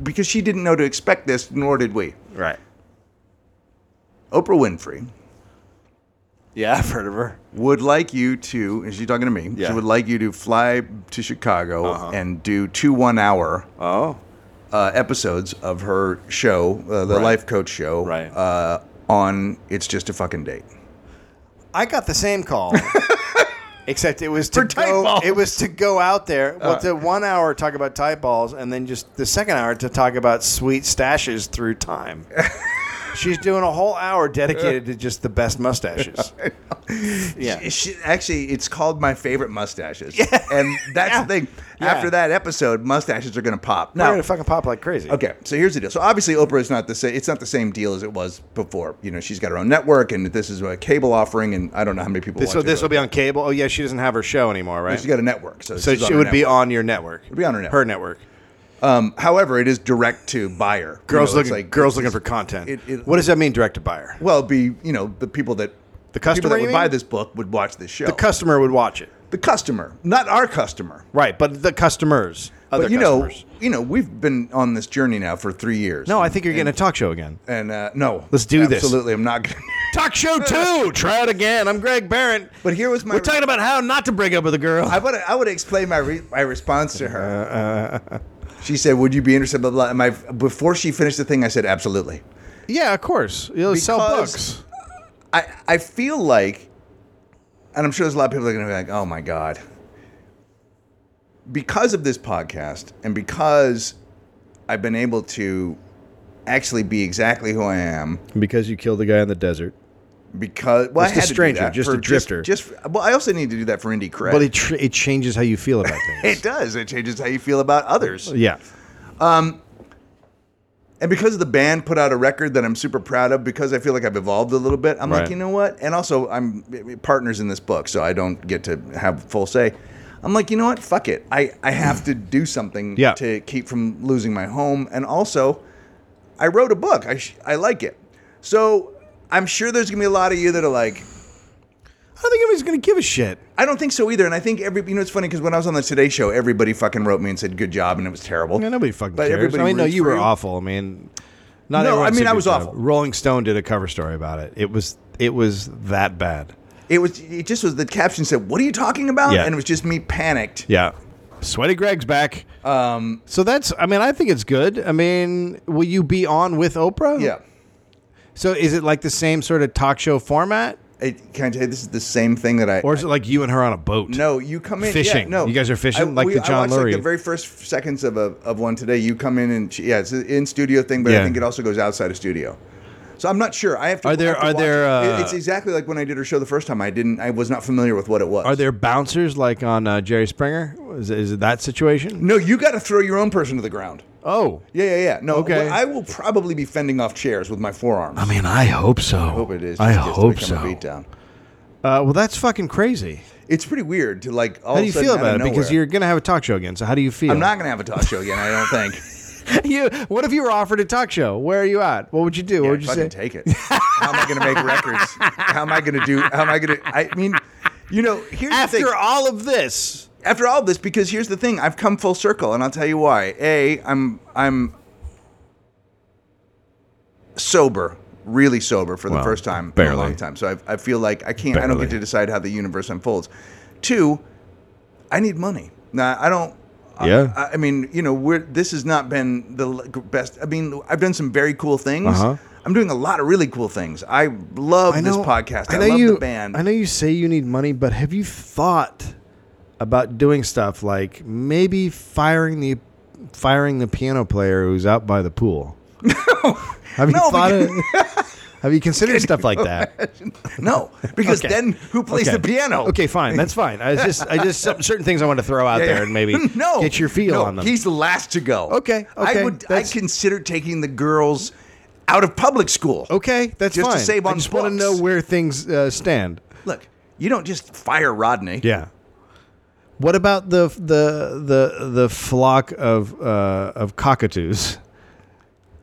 Speaker 2: because she didn't know to expect this, nor did we.
Speaker 1: right.
Speaker 2: Oprah Winfrey
Speaker 1: Yeah, I've heard of her.
Speaker 2: would like you to, and she's talking to me,
Speaker 1: Yeah. Uh-huh.
Speaker 2: she would like you to fly to Chicago and do two one hour
Speaker 1: Oh.
Speaker 2: uh, episodes of her show, uh, the
Speaker 1: Right.
Speaker 2: Life Coach show,
Speaker 1: Right.
Speaker 2: uh, on It's Just a Fucking Date.
Speaker 1: I got the same call. Except it was to
Speaker 2: For tight
Speaker 1: go.
Speaker 2: balls.
Speaker 1: It was to go out there. Well, to one hour talk about tight balls, and then just the second hour to talk about sweet stashes through time. She's doing a whole hour dedicated to just the best mustaches. Yeah.
Speaker 2: She, actually, it's called My Favorite Mustaches. And that's the thing.
Speaker 1: Yeah.
Speaker 2: After that episode, mustaches are going to pop.
Speaker 1: They're
Speaker 2: Now,
Speaker 1: gonna fucking pop like crazy.
Speaker 2: Okay, so here's the deal. So obviously, Oprah is not the same. It's not the same deal as it was before. You know, she's got her own network, and this is a cable offering, and I don't know how many people. watch
Speaker 1: So
Speaker 2: her,
Speaker 1: this will
Speaker 2: but
Speaker 1: be on cable. Oh yeah, she doesn't have her show anymore, right?
Speaker 2: She's got a network, so,
Speaker 1: so
Speaker 2: she's
Speaker 1: she
Speaker 2: her
Speaker 1: would be
Speaker 2: network.
Speaker 1: on your network. It'd
Speaker 2: be on her
Speaker 1: Her network.
Speaker 2: Um, however, it is direct to buyer. You
Speaker 1: Girls
Speaker 2: know, it's
Speaker 1: looking.
Speaker 2: like-
Speaker 1: girls
Speaker 2: it's
Speaker 1: looking
Speaker 2: just-
Speaker 1: for content.
Speaker 2: it- it-
Speaker 1: what does that mean, direct to buyer?
Speaker 2: Well, be you know the people that
Speaker 1: The
Speaker 2: people
Speaker 1: customer,
Speaker 2: that
Speaker 1: you
Speaker 2: would buy
Speaker 1: mean?
Speaker 2: this book would watch this show.
Speaker 1: The customer would watch it,
Speaker 2: the customer, not our customer.
Speaker 1: right? But the customers, other
Speaker 2: but you
Speaker 1: customers.
Speaker 2: know, you know, we've been on this journey now for three years.
Speaker 1: no, I think you're getting a talk show again.
Speaker 2: and uh, no,
Speaker 1: Let's do this.
Speaker 2: Absolutely, I'm not. gonna
Speaker 1: Talk show two. Try it again. I'm Greg Barrett.
Speaker 2: But here was my.
Speaker 1: We're talking about how not to break up with a girl.
Speaker 2: I would I would explain my re- my response to
Speaker 1: Uh,
Speaker 2: her. She said, "Would you be interested?" Blah, blah, blah. And my before she finished the thing, I said, "Absolutely."
Speaker 1: yeah, of course. You'll sell
Speaker 2: Because-
Speaker 1: books.
Speaker 2: I I feel like, and I'm sure there's a lot of people that are going to be like, "Oh my god," because of this podcast and because I've been able to actually be exactly who I am.
Speaker 1: Because you killed the guy in the desert.
Speaker 2: Because well,
Speaker 1: Just
Speaker 2: I had
Speaker 1: a
Speaker 2: to do
Speaker 1: stranger,
Speaker 2: that
Speaker 1: just
Speaker 2: for
Speaker 1: a drifter.
Speaker 2: Just, well, I also need to do that for indie cred.
Speaker 1: But it tr- it changes how you feel about things.
Speaker 2: it does. It changes how you feel about others.
Speaker 1: yeah.
Speaker 2: And because the band put out a record that I'm super proud of, because I feel like I've evolved a little bit, I'm
Speaker 1: Right.
Speaker 2: like, you know what? And also, I'm partners in this book, so I don't get to have full say. I'm like, you know what? Fuck it. I, I have to do something
Speaker 1: Yeah.
Speaker 2: to keep from losing my home. And also, I wrote a book. I, sh- I like it. So I'm sure there's going to be a lot of you that are like,
Speaker 1: I don't think anybody's gonna give a shit.
Speaker 2: I don't think so either. And I think every, you know, it's funny because when I was on the Today Show, everybody fucking wrote me and said, good job. And it was terrible.
Speaker 1: I mean, nobody fucking
Speaker 2: But
Speaker 1: cares.
Speaker 2: everybody
Speaker 1: I mean, no,
Speaker 2: roots
Speaker 1: you
Speaker 2: for
Speaker 1: were
Speaker 2: you.
Speaker 1: awful. I mean, not
Speaker 2: No,
Speaker 1: everyone
Speaker 2: I mean,
Speaker 1: said
Speaker 2: I
Speaker 1: good
Speaker 2: was
Speaker 1: job.
Speaker 2: awful.
Speaker 1: Rolling Stone did a cover story about it. It was it was that bad.
Speaker 2: It was, it just was the caption said, what are you talking about?
Speaker 1: Yeah.
Speaker 2: And it was just me panicked.
Speaker 1: Yeah. Sweaty Greg's back. Um. So that's. I mean, I think it's good. I mean, will you be on with Oprah?
Speaker 2: Yeah.
Speaker 1: So is it like the same sort of talk show format,
Speaker 2: It, can I tell you, this is the same thing that I.
Speaker 1: or is it like you and her on a boat?
Speaker 2: no, you come in.
Speaker 1: Fishing.
Speaker 2: Yeah, no,
Speaker 1: You guys are fishing like the John
Speaker 2: I watched,
Speaker 1: Lurie.
Speaker 2: Like the very first seconds of a, of one today. You come in and she, yeah, it's an in studio thing, but
Speaker 1: Yeah.
Speaker 2: I think it also goes outside of studio. So I'm not sure. I have to.
Speaker 1: Are there-
Speaker 2: I have
Speaker 1: are
Speaker 2: to watch
Speaker 1: there,
Speaker 2: it. It-
Speaker 1: uh,
Speaker 2: it's exactly like when I did her show the first time. I didn't. I was not familiar with what it was.
Speaker 1: Are there bouncers like on uh, Jerry Springer? Is, is it that situation?
Speaker 2: No, you got to throw your own person to the ground.
Speaker 3: Oh,
Speaker 2: Yeah, yeah, yeah. No,
Speaker 3: Okay.
Speaker 2: I will probably be fending off chairs with my forearms.
Speaker 3: I mean, I hope so. I
Speaker 2: hope it is.
Speaker 3: I
Speaker 2: just to
Speaker 3: hope
Speaker 2: become a
Speaker 3: so.
Speaker 2: beatdown.
Speaker 1: Uh, well, that's fucking crazy.
Speaker 2: It's pretty weird to like. All
Speaker 1: How
Speaker 2: of
Speaker 1: do
Speaker 2: a
Speaker 1: you
Speaker 2: sudden,
Speaker 1: feel
Speaker 2: out
Speaker 1: about
Speaker 2: of
Speaker 1: it? Because
Speaker 2: nowhere-
Speaker 1: you're gonna have a talk show again. So how do you feel?
Speaker 2: I'm not gonna have a talk show again. I don't think.
Speaker 1: you. What if you were offered a talk show? Where are you at? What would you do? what
Speaker 2: Yeah,
Speaker 1: would you say?
Speaker 2: fucking take it. How am I gonna make records? How am I gonna do? How am I gonna? I mean, you know, here's the thing.
Speaker 1: After all of this,
Speaker 2: after all this because here's the thing i've come full circle and i'll tell you why a i'm i'm sober really sober for the
Speaker 3: Well,
Speaker 2: first time
Speaker 3: barely.
Speaker 2: in a long time so i, I feel like i can't i don't get
Speaker 3: Barely.
Speaker 2: to decide how the universe unfolds two i need money now i don't I-
Speaker 3: Yeah.
Speaker 2: I, I mean, you know, we're this has not been the l- best. I mean, I've done some very cool things.
Speaker 3: Uh-huh.
Speaker 2: I'm doing a lot of really cool things. I love this podcast. I,
Speaker 1: know
Speaker 2: love
Speaker 1: you,
Speaker 2: the band.
Speaker 1: I know you say you need money, but have you thought about doing stuff like maybe firing the firing the piano player who's out by the pool? have you
Speaker 2: No,
Speaker 1: thought of, Have you considered stuff like that?
Speaker 2: no, because
Speaker 1: Okay.
Speaker 2: then who plays
Speaker 1: Okay.
Speaker 2: the piano?
Speaker 1: Okay, fine, that's fine. I was just, I just some, certain things I want to throw out there and maybe
Speaker 2: no,
Speaker 1: get your feel
Speaker 2: no,
Speaker 1: on them.
Speaker 2: He's the last to go.
Speaker 1: Okay, okay,
Speaker 2: I would.
Speaker 1: that's-
Speaker 2: I consider taking the girls out of public school.
Speaker 1: okay, that's
Speaker 2: Just to
Speaker 1: fine.
Speaker 2: save
Speaker 1: I
Speaker 2: on
Speaker 1: just want to
Speaker 2: books.
Speaker 1: know where things uh, stand.
Speaker 2: Look, you don't just fire Rodney.
Speaker 1: Yeah. What about the the the the flock of uh, of cockatoos?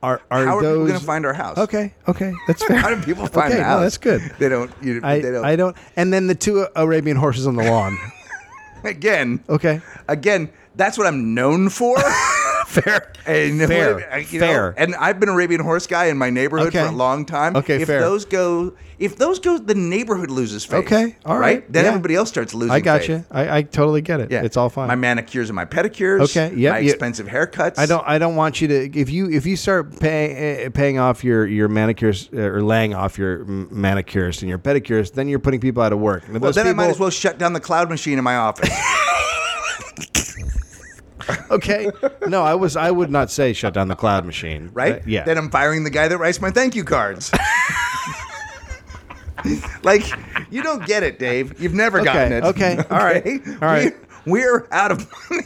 Speaker 1: Are are
Speaker 2: How
Speaker 1: those
Speaker 2: are people going to find our house?
Speaker 1: Okay, okay, that's fair.
Speaker 2: How do people find
Speaker 1: okay,
Speaker 2: our house?
Speaker 1: No, that's good.
Speaker 2: They don't. You,
Speaker 1: I
Speaker 2: they don't.
Speaker 1: I don't. And then the two Arabian horses on the lawn.
Speaker 2: Again,
Speaker 1: Okay,
Speaker 2: again. That's what I'm known for.
Speaker 1: fair.
Speaker 2: And what-
Speaker 1: Fair.
Speaker 2: I- you
Speaker 1: Fair.
Speaker 2: and I've been Arabian horse guy in my neighborhood
Speaker 1: Okay.
Speaker 2: for a long time.
Speaker 1: Okay,
Speaker 2: if
Speaker 1: fair.
Speaker 2: those go, if those go, the neighborhood loses faith.
Speaker 1: Okay, all right,
Speaker 2: Then
Speaker 1: yeah.
Speaker 2: everybody else starts losing.
Speaker 1: I got
Speaker 2: faith.
Speaker 1: you. I, I totally get it.
Speaker 2: Yeah,
Speaker 1: it's all fine.
Speaker 2: My manicures and my pedicures.
Speaker 1: Okay, yeah,
Speaker 2: My
Speaker 1: yeah.
Speaker 2: expensive haircuts.
Speaker 1: I don't. I don't want you to. If you if you start paying eh, paying off your your manicures eh, or laying off your m- manicurist and your pedicurist, then you're putting people out of work.
Speaker 2: Well, then I might as well shut down the cloud machine in my office.
Speaker 1: Okay. No, I was. I would not say shut down the cloud machine.
Speaker 2: right?
Speaker 1: Uh, yeah.
Speaker 2: Then I'm firing the guy that writes my thank you cards. like, you don't get it, Dave. You've never gotten it.
Speaker 1: okay, all right, all right.
Speaker 2: We, are out of money.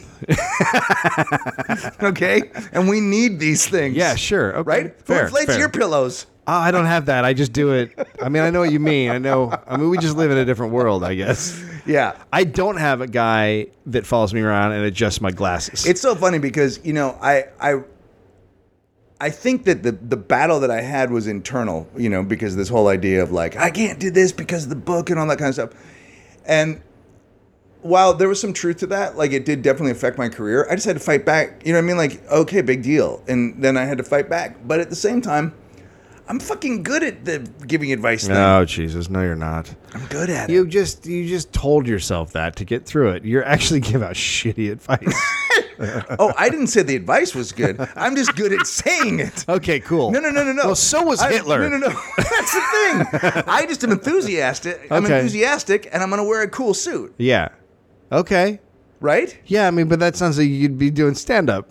Speaker 2: okay, and we need these things.
Speaker 1: yeah. Sure. Okay.
Speaker 2: Right? Who
Speaker 1: Fair.
Speaker 2: inflates
Speaker 1: fair.
Speaker 2: your pillows?
Speaker 1: Oh, I don't have that. I just do it. I mean, I know what you mean. I know. I mean, we just live in a different world, I guess.
Speaker 2: Yeah.
Speaker 1: I don't have a guy that follows me around and adjusts my glasses.
Speaker 2: It's so funny because you know I I I think that the the battle that I had was internal, you know, because this whole idea of like I can't do this because of the book and all that kind of stuff. And while there was some truth to that, like it did definitely affect my career, I just had to fight back. You know what I mean? Like okay, big deal. And then I had to fight back, but at the same time, I'm fucking good at the giving advice thing.
Speaker 1: oh Jesus! No, you're not.
Speaker 2: I'm good at it.
Speaker 1: You just you just told yourself that to get through it. You're actually giving out shitty advice.
Speaker 2: oh, I didn't say the advice was good. I'm just good at saying it.
Speaker 1: okay, cool.
Speaker 2: No, no, no, no, no.
Speaker 1: Well, so was
Speaker 2: I-
Speaker 1: Hitler.
Speaker 2: No, no, no. That's the thing. I just am enthusiastic. I'm
Speaker 1: Okay.
Speaker 2: enthusiastic, and I'm going to wear a cool suit,
Speaker 1: Yeah. Okay.
Speaker 2: right?
Speaker 1: Yeah, I mean, but that sounds like you'd be doing stand up.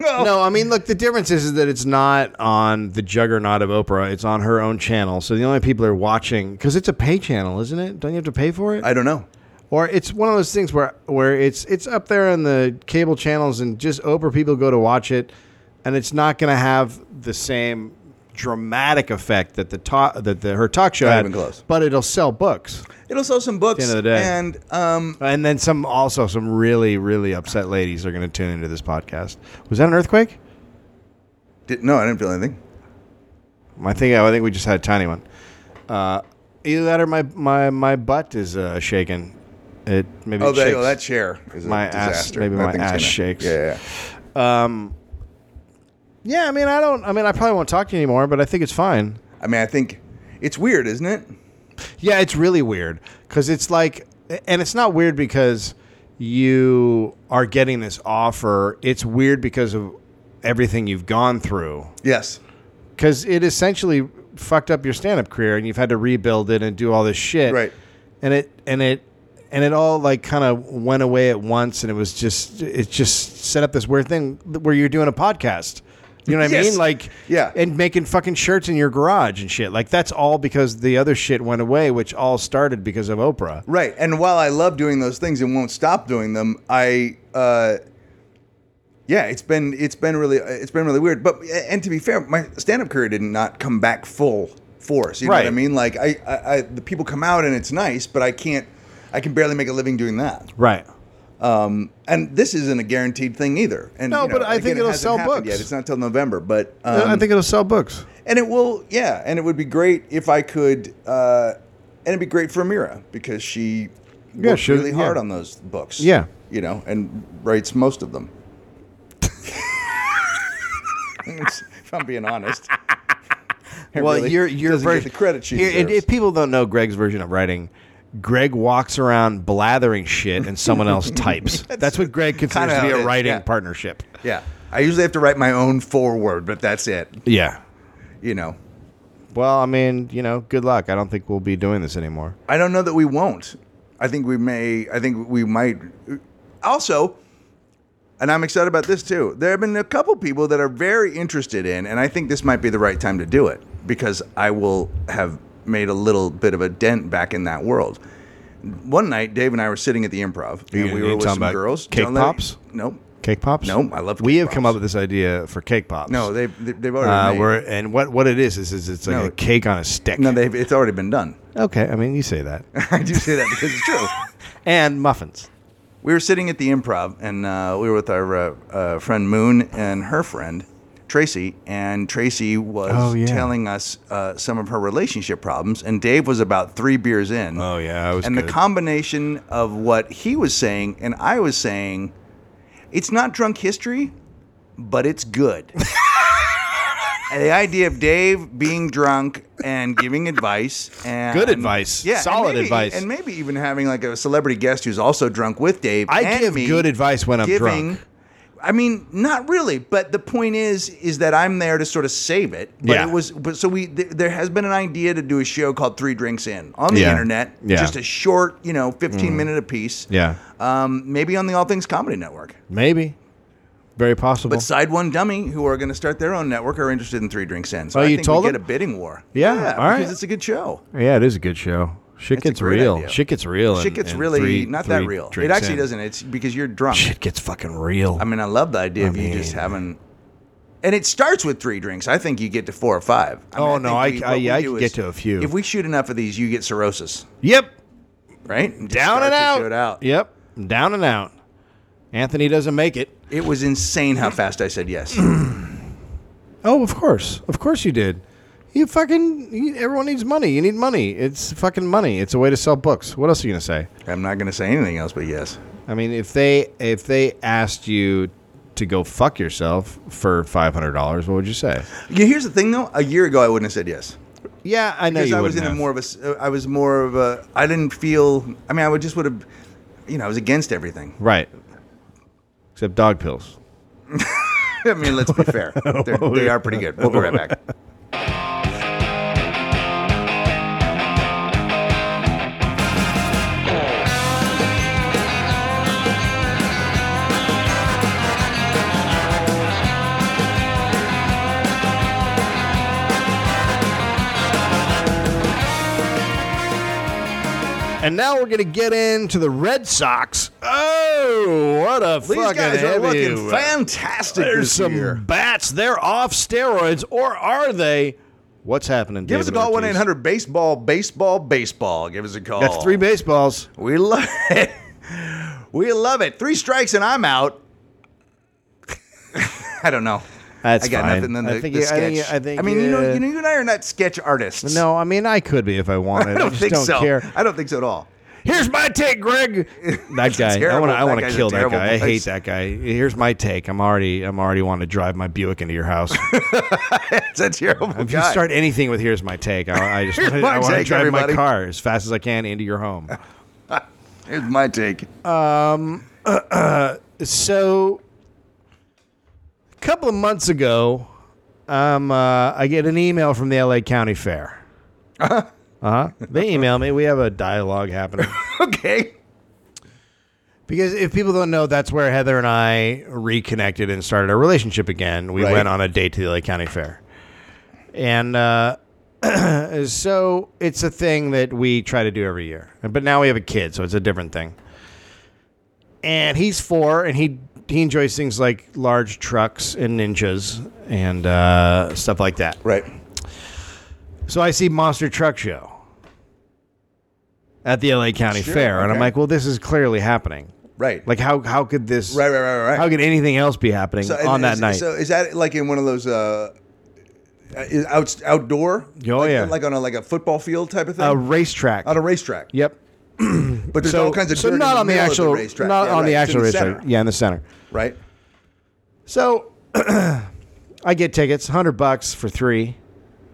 Speaker 1: No, I mean, look, the difference is, is that it's not on the juggernaut of Oprah. It's on her own channel. So the only people are watching, because it's a pay channel, isn't it? Don't you have to pay for it?
Speaker 2: I don't know.
Speaker 1: or it's one of those things where, where it's, it's up there on the cable channels and just Oprah people go to watch it. And it's not going to have the same dramatic effect that the talk that the, her talk show
Speaker 2: Not
Speaker 1: had,
Speaker 2: even close.
Speaker 1: but it'll sell books.
Speaker 2: It'll sell some books.
Speaker 1: At the end of the day.
Speaker 2: And um,
Speaker 1: And then some also some really really upset ladies are going to tune into this podcast. Was that an earthquake?
Speaker 2: did, no, I didn't feel anything.
Speaker 1: I think I think we just had a tiny one. Uh, either that or my my my butt is uh, shaking. It maybe
Speaker 2: Oh,
Speaker 1: it
Speaker 2: that,
Speaker 1: shakes.
Speaker 2: oh, that chair is a
Speaker 1: My ass-
Speaker 2: disaster.
Speaker 1: maybe
Speaker 2: That
Speaker 1: my
Speaker 2: thing's
Speaker 1: ass
Speaker 2: gonna-
Speaker 1: shakes.
Speaker 2: Yeah, yeah.
Speaker 1: yeah, I mean I don't I mean I probably won't talk to you anymore, but I think it's fine.
Speaker 2: I mean, I think it's weird, isn't it?
Speaker 1: Yeah, it's really weird because it's like, and it's not weird because you are getting this offer. It's weird because of everything you've gone through.
Speaker 2: Yes.
Speaker 1: because it essentially fucked up your stand-up career and you've had to rebuild it and do all this shit
Speaker 2: Right.
Speaker 1: and it and it and it all like kind of went away at once and it was just it just set up this weird thing where you're doing a podcast you know what i
Speaker 2: Yes.
Speaker 1: mean like
Speaker 2: Yeah.
Speaker 1: and making fucking shirts in your garage and shit like that's all because the other shit went away which all started because of oprah
Speaker 2: Right. And while I love doing those things and won't stop doing them, I uh, yeah, it's been it's been really it's been really weird. But and to be fair, my stand up career did not come back full force. You know what I
Speaker 1: Right.
Speaker 2: mean? Like I, I, I the people come out and it's nice, but I can't I can barely make a living doing that.
Speaker 1: Right.
Speaker 2: Um, and this isn't a guaranteed thing either. And
Speaker 1: No,
Speaker 2: you know,
Speaker 1: but I think
Speaker 2: again, it
Speaker 1: it'll
Speaker 2: hasn't
Speaker 1: sell
Speaker 2: happened
Speaker 1: books. Uh,
Speaker 2: Yet. It's not till November, but um,
Speaker 1: I think it'll sell books.
Speaker 2: and it will, yeah. And it would be great if I could, uh, and it'd be great for Amira because she
Speaker 1: Yeah,
Speaker 2: works
Speaker 1: she-
Speaker 2: really
Speaker 1: yeah.
Speaker 2: hard on those books.
Speaker 1: Yeah.
Speaker 2: you know, and writes most of them. if I'm being honest. It
Speaker 1: well,
Speaker 2: really
Speaker 1: your your
Speaker 2: doesn't get
Speaker 1: version
Speaker 2: the credit she
Speaker 1: Here, if,
Speaker 2: deserves.
Speaker 1: if people don't know Greg's version of writing, Greg walks around blathering shit and someone else types. That's, what Greg considers
Speaker 2: kinda
Speaker 1: to be
Speaker 2: how it
Speaker 1: a
Speaker 2: is,
Speaker 1: writing
Speaker 2: yeah.
Speaker 1: partnership.
Speaker 2: yeah, I usually have to write my own foreword, but that's it.
Speaker 1: Yeah.
Speaker 2: You know,
Speaker 1: Well, I mean, you know, good luck. I don't think we'll be doing this anymore.
Speaker 2: I don't know that we won't. I think we may. I think we might. Also, and I'm excited about this too. There have been a couple people that are very interested in, and I think this might be the right time to do it because I will have made a little bit of a dent back in that world. One night, Dave and I were sitting at the improv,
Speaker 1: You-
Speaker 2: and we
Speaker 1: you
Speaker 2: were with
Speaker 1: talking
Speaker 2: some
Speaker 1: about
Speaker 2: girls.
Speaker 1: cake
Speaker 2: Don't let-
Speaker 1: pops?
Speaker 2: Nope.
Speaker 1: Cake pops?
Speaker 2: Nope, I love
Speaker 1: We
Speaker 2: cake
Speaker 1: have come
Speaker 2: pops.
Speaker 1: up with this idea for cake pops.
Speaker 2: No, they've they- they've
Speaker 1: uh,
Speaker 2: already. made-
Speaker 1: we're and what what it is is, is it's like
Speaker 2: No.
Speaker 1: a cake on a stick.
Speaker 2: no, they've it's already been done.
Speaker 1: okay, I mean you say that.
Speaker 2: I do say that because it's true.
Speaker 1: and muffins.
Speaker 2: we were sitting at the improv and uh, we were with our uh, uh, friend moon and her friend tracy and tracy was
Speaker 1: Oh, yeah.
Speaker 2: telling us uh, some of her relationship problems and dave was about three beers in
Speaker 1: Oh yeah, I was
Speaker 2: and the
Speaker 1: good.
Speaker 2: combination of what he was saying and i was saying it's not drunk history but it's good And the idea of Dave being drunk and giving advice and
Speaker 1: Good advice.
Speaker 2: yeah, and
Speaker 1: Solid
Speaker 2: maybe-
Speaker 1: advice.
Speaker 2: and maybe even having like a celebrity guest who's also drunk with Dave.
Speaker 1: I
Speaker 2: and
Speaker 1: give
Speaker 2: me
Speaker 1: good advice when I'm
Speaker 2: giving.
Speaker 1: drunk.
Speaker 2: I mean, not really, but the point is, is that I'm there to sort of save it. But
Speaker 1: Yeah.
Speaker 2: it was, but so we th- there has been an idea to do a show called Three Drinks In on the
Speaker 1: Yeah.
Speaker 2: internet,
Speaker 1: Yeah. Mm.
Speaker 2: just a short, you know, 15 minute a piece.
Speaker 1: Yeah.
Speaker 2: Um, maybe on the All Things Comedy Network.
Speaker 1: Maybe. Very possible.
Speaker 2: But Side One Dummy, who are going to start their own network, are interested in Three Drinks In. So
Speaker 1: Oh,
Speaker 2: I
Speaker 1: you
Speaker 2: think
Speaker 1: told
Speaker 2: we get
Speaker 1: them?
Speaker 2: a bidding war.
Speaker 1: Yeah, all right.
Speaker 2: because it's a good show.
Speaker 1: Yeah, it is a good show. Shit
Speaker 2: That's a
Speaker 1: gets
Speaker 2: great
Speaker 1: real.
Speaker 2: idea.
Speaker 1: Shit gets real.
Speaker 2: Shit
Speaker 1: in-
Speaker 2: gets
Speaker 1: in
Speaker 2: really
Speaker 1: three-
Speaker 2: not that
Speaker 1: three
Speaker 2: real. It
Speaker 1: drinks
Speaker 2: actually
Speaker 1: in.
Speaker 2: doesn't. It's because you're drunk.
Speaker 1: Shit gets fucking real.
Speaker 2: I mean, I love the idea of you just
Speaker 1: mean-
Speaker 2: having. And it starts with three drinks. I think you get to four or five. I
Speaker 1: Oh,
Speaker 2: mean,
Speaker 1: no,
Speaker 2: think
Speaker 1: I- I-
Speaker 2: what
Speaker 1: yeah, I
Speaker 2: do
Speaker 1: could
Speaker 2: is
Speaker 1: get to a few.
Speaker 2: If we shoot enough of these, you get cirrhosis,
Speaker 1: yep.
Speaker 2: right? And just
Speaker 1: Down
Speaker 2: start
Speaker 1: and
Speaker 2: to
Speaker 1: out.
Speaker 2: shoot out.
Speaker 1: Yep. Down and out. Anthony doesn't make it.
Speaker 2: It was insane how fast I said yes.
Speaker 1: Oh, of course. Of course you did. You fucking you, everyone needs money. You need money. It's fucking money. It's a way to sell books. What else are you going to say?
Speaker 2: I'm not going to say anything else but yes.
Speaker 1: I mean, if they if they asked you to go fuck yourself for $500, what would you say?
Speaker 2: Yeah, here's the thing, though. A year ago, I wouldn't have said yes.
Speaker 1: Yeah, I know
Speaker 2: because
Speaker 1: you
Speaker 2: I was
Speaker 1: wouldn't
Speaker 2: in a
Speaker 1: have.
Speaker 2: more of a s- uh, I was more of a I didn't feel I mean I would just would have you know I was against everything.
Speaker 1: Right. Except dog pills.
Speaker 2: I mean let's be fair They're, they are pretty good. We'll be right back.
Speaker 1: And now we're gonna get into the Red Sox. Oh, what a
Speaker 2: These
Speaker 1: fucking
Speaker 2: guys are
Speaker 1: heavy-
Speaker 2: looking fantastic
Speaker 1: There's
Speaker 2: this
Speaker 1: some
Speaker 2: year.
Speaker 1: bats. They're off steroids, or are they? What's happening?
Speaker 2: Give us a
Speaker 1: David
Speaker 2: call one
Speaker 1: Ortiz?
Speaker 2: eight hundred Oh. baseball baseball baseball. Give us a call.
Speaker 1: That's three baseballs.
Speaker 2: We love it. We love it. Three strikes and I'm out. I don't know.
Speaker 1: That's
Speaker 2: I got
Speaker 1: fine.
Speaker 2: nothing in the,
Speaker 1: I think
Speaker 2: the
Speaker 1: you- I
Speaker 2: sketch.
Speaker 1: think you- I think
Speaker 2: mean, you know,
Speaker 1: you-
Speaker 2: you know, you and I are not sketch artists.
Speaker 1: No, I mean I could be if I wanted.
Speaker 2: I don't
Speaker 1: just
Speaker 2: think
Speaker 1: don't
Speaker 2: so.
Speaker 1: care.
Speaker 2: I don't think so at all.
Speaker 1: Here's my take, Greg. That guy. I
Speaker 2: terrible.
Speaker 1: want to. I
Speaker 2: That
Speaker 1: want to
Speaker 2: guy's a
Speaker 1: kill that
Speaker 2: terrible
Speaker 1: guy. I hate
Speaker 2: place.
Speaker 1: that guy. Here's my take. I'm already. I'm already wanting to drive my Buick into your house.
Speaker 2: It's a terrible
Speaker 1: If you
Speaker 2: guy.
Speaker 1: start anything with "Here's my take," I, I just
Speaker 2: Here's my
Speaker 1: I want to
Speaker 2: take,
Speaker 1: drive
Speaker 2: everybody.
Speaker 1: my car as fast as I can into your home.
Speaker 2: Here's my take.
Speaker 1: so a couple of months ago um, uh, i get an email from the la county fair uh-huh. they email me we have a dialogue happening
Speaker 2: okay.
Speaker 1: because if people don't know that's where heather and i reconnected and started our relationship again we
Speaker 2: Right.
Speaker 1: went on a date to the la county fair and uh, so it's a thing that we try to do every year but now we have a kid so it's a different thing and he's four and he he enjoys things like large trucks and ninjas and uh, stuff like that.
Speaker 2: Right.
Speaker 1: So I see Monster Truck Show at the LA County
Speaker 2: Sure,
Speaker 1: Fair, and I'm
Speaker 2: okay.
Speaker 1: like, well, this is clearly happening.
Speaker 2: Right.
Speaker 1: Like, how how could this?
Speaker 2: Right, right, right, right.
Speaker 1: How could anything else be happening
Speaker 2: So, and
Speaker 1: on that
Speaker 2: is-
Speaker 1: night?
Speaker 2: So is that like in one of those uh, is out, outdoor?
Speaker 1: Oh,
Speaker 2: like,
Speaker 1: yeah.
Speaker 2: Like on a like a football field type of thing.
Speaker 1: a racetrack.
Speaker 2: on a racetrack.
Speaker 1: yep.
Speaker 2: But there's all kinds of
Speaker 1: so
Speaker 2: dirt
Speaker 1: not
Speaker 2: in the
Speaker 1: on the
Speaker 2: middle of
Speaker 1: actual
Speaker 2: racetrack.
Speaker 1: not
Speaker 2: Yeah,
Speaker 1: on the
Speaker 2: right. It's
Speaker 1: actual
Speaker 2: in
Speaker 1: racetrack.
Speaker 2: center,
Speaker 1: Yeah, in the center.
Speaker 2: Right.
Speaker 1: So I get tickets, hundred bucks for three,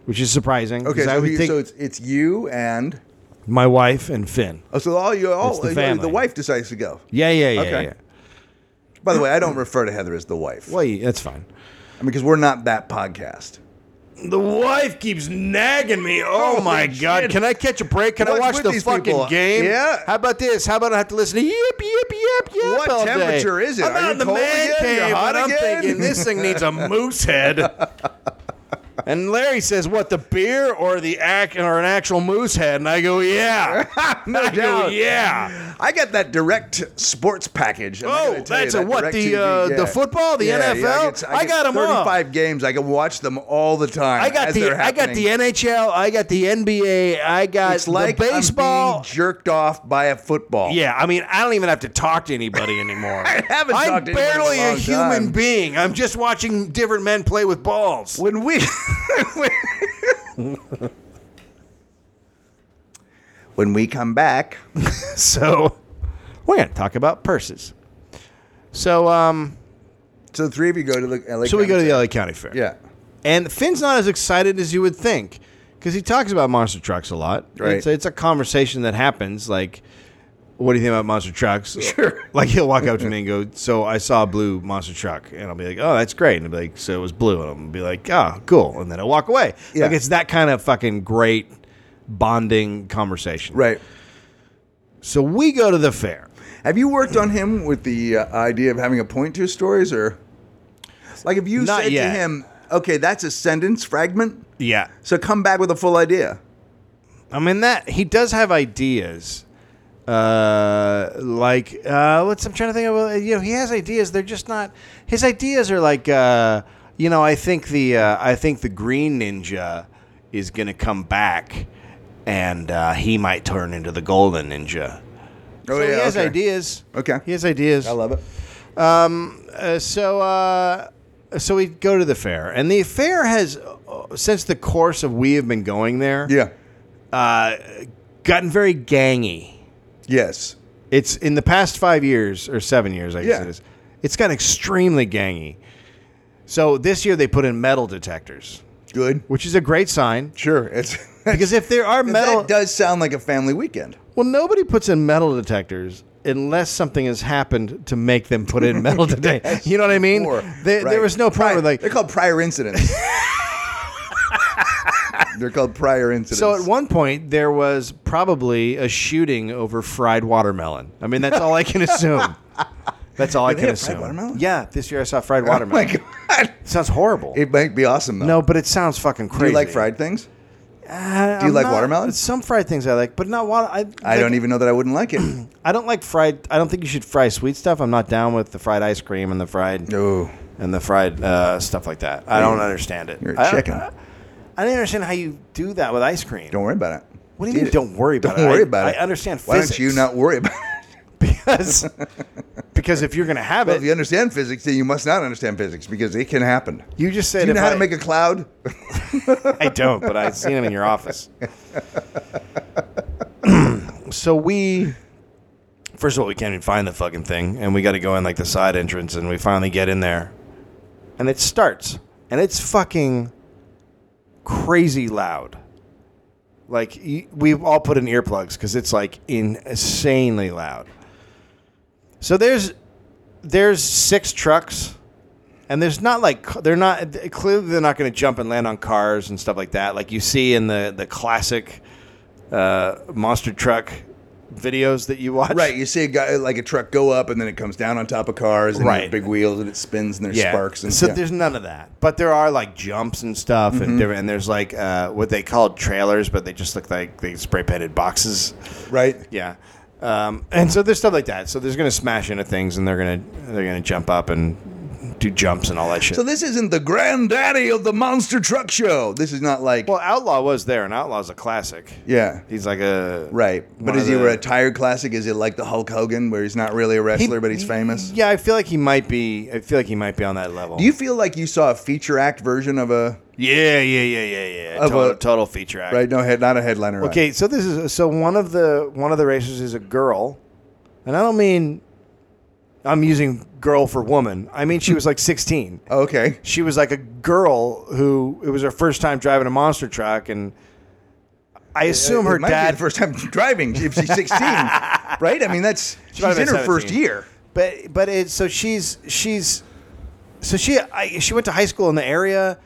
Speaker 1: which is surprising. 'cause
Speaker 2: Okay.
Speaker 1: I
Speaker 2: So,
Speaker 1: would
Speaker 2: you,
Speaker 1: think
Speaker 2: so it's it's you and
Speaker 1: my wife and Finn.
Speaker 2: oh, so all you all
Speaker 1: It's the
Speaker 2: you-
Speaker 1: family.
Speaker 2: the wife decides to go.
Speaker 1: Yeah, yeah, yeah,
Speaker 2: Okay.
Speaker 1: yeah.
Speaker 2: By the way, I don't refer to Heather as the wife.
Speaker 1: Well, yeah, that's fine.
Speaker 2: I mean, because we're not that podcast.
Speaker 1: The wife keeps nagging me. Oh,
Speaker 2: Holy
Speaker 1: my god!
Speaker 2: shit.
Speaker 1: Can I catch a break? Can
Speaker 2: What's
Speaker 1: I watch
Speaker 2: with
Speaker 1: the
Speaker 2: these
Speaker 1: fucking
Speaker 2: people?
Speaker 1: game?
Speaker 2: Yeah.
Speaker 1: How about this? How about I have to listen to yip yip yip yip?
Speaker 2: What
Speaker 1: all day?
Speaker 2: temperature is it?
Speaker 1: I'm
Speaker 2: Are
Speaker 1: out
Speaker 2: you
Speaker 1: in the
Speaker 2: cold
Speaker 1: man
Speaker 2: again? You're
Speaker 1: cave,
Speaker 2: hot
Speaker 1: and I'm
Speaker 2: again?
Speaker 1: thinking this thing needs a moose head. and Larry says, "What the beer or the act or an actual moose head?" And I go, "Yeah,
Speaker 2: No
Speaker 1: I go,
Speaker 2: doubt.
Speaker 1: yeah."
Speaker 2: I got that direct sports package. I'm not
Speaker 1: Oh,
Speaker 2: gonna tell you
Speaker 1: that's a
Speaker 2: that
Speaker 1: what,
Speaker 2: direct
Speaker 1: the,
Speaker 2: TV,
Speaker 1: uh, the
Speaker 2: yeah.
Speaker 1: football, the NFL?
Speaker 2: get-
Speaker 1: I
Speaker 2: get
Speaker 1: got 'em all.
Speaker 2: Thirty-five games. I can watch them all the time.
Speaker 1: I got
Speaker 2: as
Speaker 1: the
Speaker 2: they're
Speaker 1: I got the
Speaker 2: happening.
Speaker 1: NHL, I got the NBA, I got
Speaker 2: It's like
Speaker 1: the baseball.
Speaker 2: I'm being jerked off by a football.
Speaker 1: Yeah, I mean, I don't even have to talk to anybody anymore. I
Speaker 2: haven't
Speaker 1: am
Speaker 2: talked to anybody in a
Speaker 1: barely a,
Speaker 2: long
Speaker 1: human
Speaker 2: time.
Speaker 1: being. I'm just watching different men play with balls.
Speaker 2: When we when we come back,
Speaker 1: So we're gonna talk about purses. So um,
Speaker 2: so the three of you go to the LA.
Speaker 1: so we go to
Speaker 2: County
Speaker 1: the LA County Fair.
Speaker 2: Fair. yeah.
Speaker 1: and Finn's not as excited as you would think because he talks about monster trucks a lot.
Speaker 2: Right.
Speaker 1: it's, it's a conversation that happens. Like, what do you think about monster trucks? Sure. Like he'll walk up to me and go, "So I saw a blue monster truck," and I'll be like, "Oh, that's great," and he'll be like, "So it was blue," and I'll be like, "Oh, cool," and then I'll walk away.
Speaker 2: Yeah.
Speaker 1: Like it's that kind of fucking great bonding conversation.
Speaker 2: Right.
Speaker 1: So we go to the fair.
Speaker 2: Have you worked on him with the uh, idea of having a point to his stories, or like if you
Speaker 1: Not
Speaker 2: said
Speaker 1: yet.
Speaker 2: to him, "Okay, that's a sentence fragment,
Speaker 1: Yeah.
Speaker 2: so come back with a full idea."
Speaker 1: I mean that he does have ideas. Uh, like uh, what's I'm trying to think of. uh, You know, he has ideas. They're just not. His ideas are like, uh, you know, I think the uh, I think the Green Ninja is gonna come back, and uh, he might turn into the Golden Ninja.
Speaker 2: Oh
Speaker 1: so he has
Speaker 2: okay.
Speaker 1: ideas.
Speaker 2: Okay.
Speaker 1: he has ideas.
Speaker 2: I love it.
Speaker 1: Uh, so uh, so we go to the fair, and the fair has uh, since the course of we have been going there,
Speaker 2: Yeah.
Speaker 1: gotten very gangy.
Speaker 2: Yes.
Speaker 1: It's in the past five years or seven years, I guess
Speaker 2: Yeah.
Speaker 1: it is. It's gotten extremely gangy. So this year they put in metal detectors,
Speaker 2: Good.
Speaker 1: which is a great sign
Speaker 2: Sure. It's
Speaker 1: because if there are metal,
Speaker 2: that does sound like a family weekend.
Speaker 1: well, nobody puts in metal detectors unless something has happened to make them put in metal detectors. You know what I mean?
Speaker 2: Or-
Speaker 1: There-
Speaker 2: right.
Speaker 1: There was no problem.
Speaker 2: Prior-
Speaker 1: with like
Speaker 2: they're called prior incidents. they're called prior incidents.
Speaker 1: So at one point there was probably a shooting over fried watermelon. I mean, that's all I can assume. That's all I
Speaker 2: they
Speaker 1: can
Speaker 2: have fried
Speaker 1: assume.
Speaker 2: watermelon?
Speaker 1: Yeah, this year I saw fried
Speaker 2: oh my
Speaker 1: watermelon.
Speaker 2: god,
Speaker 1: sounds horrible.
Speaker 2: it might be awesome though.
Speaker 1: no, but it sounds fucking
Speaker 2: do
Speaker 1: crazy.
Speaker 2: you like fried things?
Speaker 1: Uh,
Speaker 2: Do you
Speaker 1: I'm
Speaker 2: like
Speaker 1: not-
Speaker 2: watermelon?
Speaker 1: Some fried things I like, but not water. I,
Speaker 2: I
Speaker 1: like-
Speaker 2: don't e- even know that I wouldn't like it.
Speaker 1: I don't like fried. I don't think you should fry sweet stuff. I'm not down with the fried ice cream and the fried
Speaker 2: no,
Speaker 1: and the fried uh, stuff like that. I don't understand it.
Speaker 2: you're
Speaker 1: I
Speaker 2: a
Speaker 1: don't-
Speaker 2: chicken.
Speaker 1: I don't understand how you do that with ice cream.
Speaker 2: Don't worry about it.
Speaker 1: what do you mean?
Speaker 2: Eat it.
Speaker 1: Don't worry about
Speaker 2: Don't
Speaker 1: it.
Speaker 2: worry
Speaker 1: I-
Speaker 2: about it.
Speaker 1: I understand
Speaker 2: Why
Speaker 1: physics.
Speaker 2: don't you not worry about it?
Speaker 1: because because if you're gonna have
Speaker 2: Well, if you
Speaker 1: it,
Speaker 2: understand physics, then you must not understand physics because it can happen.
Speaker 1: you just said
Speaker 2: Do you know
Speaker 1: if
Speaker 2: how
Speaker 1: I,
Speaker 2: to make a cloud?
Speaker 1: I don't, but I've seen him in your office. so we, first of all, we can't even find the fucking thing, and we got to go in like the side entrance, and we finally get in there, and it starts, and it's fucking crazy loud. Like y- we've all put in earplugs because it's like insanely loud. So there's there's six trucks and there's not like c- they're not th- clearly they're not going to jump and land on cars and stuff like that like you see in the the classic uh, monster truck videos that you watch
Speaker 2: Right, you see a guy like a truck go up and then it comes down on top of cars and
Speaker 1: Right.
Speaker 2: right. big wheels and it spins and there's
Speaker 1: yeah
Speaker 2: sparks and
Speaker 1: so
Speaker 2: yeah.
Speaker 1: there's none of that but there are like jumps and stuff
Speaker 2: Mm-hmm.
Speaker 1: and different and there's like uh, what they call trailers but they just look like they spray painted boxes
Speaker 2: right.
Speaker 1: yeah Um, and so there's stuff like that. So there's gonna smash into things, and they're gonna they're gonna jump up and do jumps and all that shit.
Speaker 2: So this isn't the granddaddy of the monster truck show. This is not like
Speaker 1: well, Outlaw was there, and Outlaw's a classic.
Speaker 2: yeah.
Speaker 1: He's like a
Speaker 2: Right.
Speaker 1: one
Speaker 2: But is
Speaker 1: of
Speaker 2: he
Speaker 1: the-
Speaker 2: a retired classic? Is it like the Hulk Hogan where he's not really a
Speaker 1: He-
Speaker 2: wrestler but he's famous?
Speaker 1: Yeah, I feel like he might be. I feel like he might be on that level.
Speaker 2: Do you feel like you saw a feature act version of a
Speaker 1: yeah, yeah, yeah, yeah, yeah.
Speaker 2: Of
Speaker 1: Total,
Speaker 2: a-
Speaker 1: total feature act.
Speaker 2: right? No head, not a headliner. act.
Speaker 1: Okay, so this is so one of the one of the racers is a girl, and I don't mean I'm using girl for woman. I mean she was like 16.
Speaker 2: Okay.
Speaker 1: She was like a girl who it was her first time driving a monster truck, and I assume
Speaker 2: It
Speaker 1: her
Speaker 2: might be
Speaker 1: dad.
Speaker 2: the first time driving. If she's 16, right? I mean, that's she's
Speaker 1: might
Speaker 2: in
Speaker 1: have
Speaker 2: her
Speaker 1: been
Speaker 2: first
Speaker 1: 17.
Speaker 2: year.
Speaker 1: But but it so she's she's so she I, she went to high school in the area,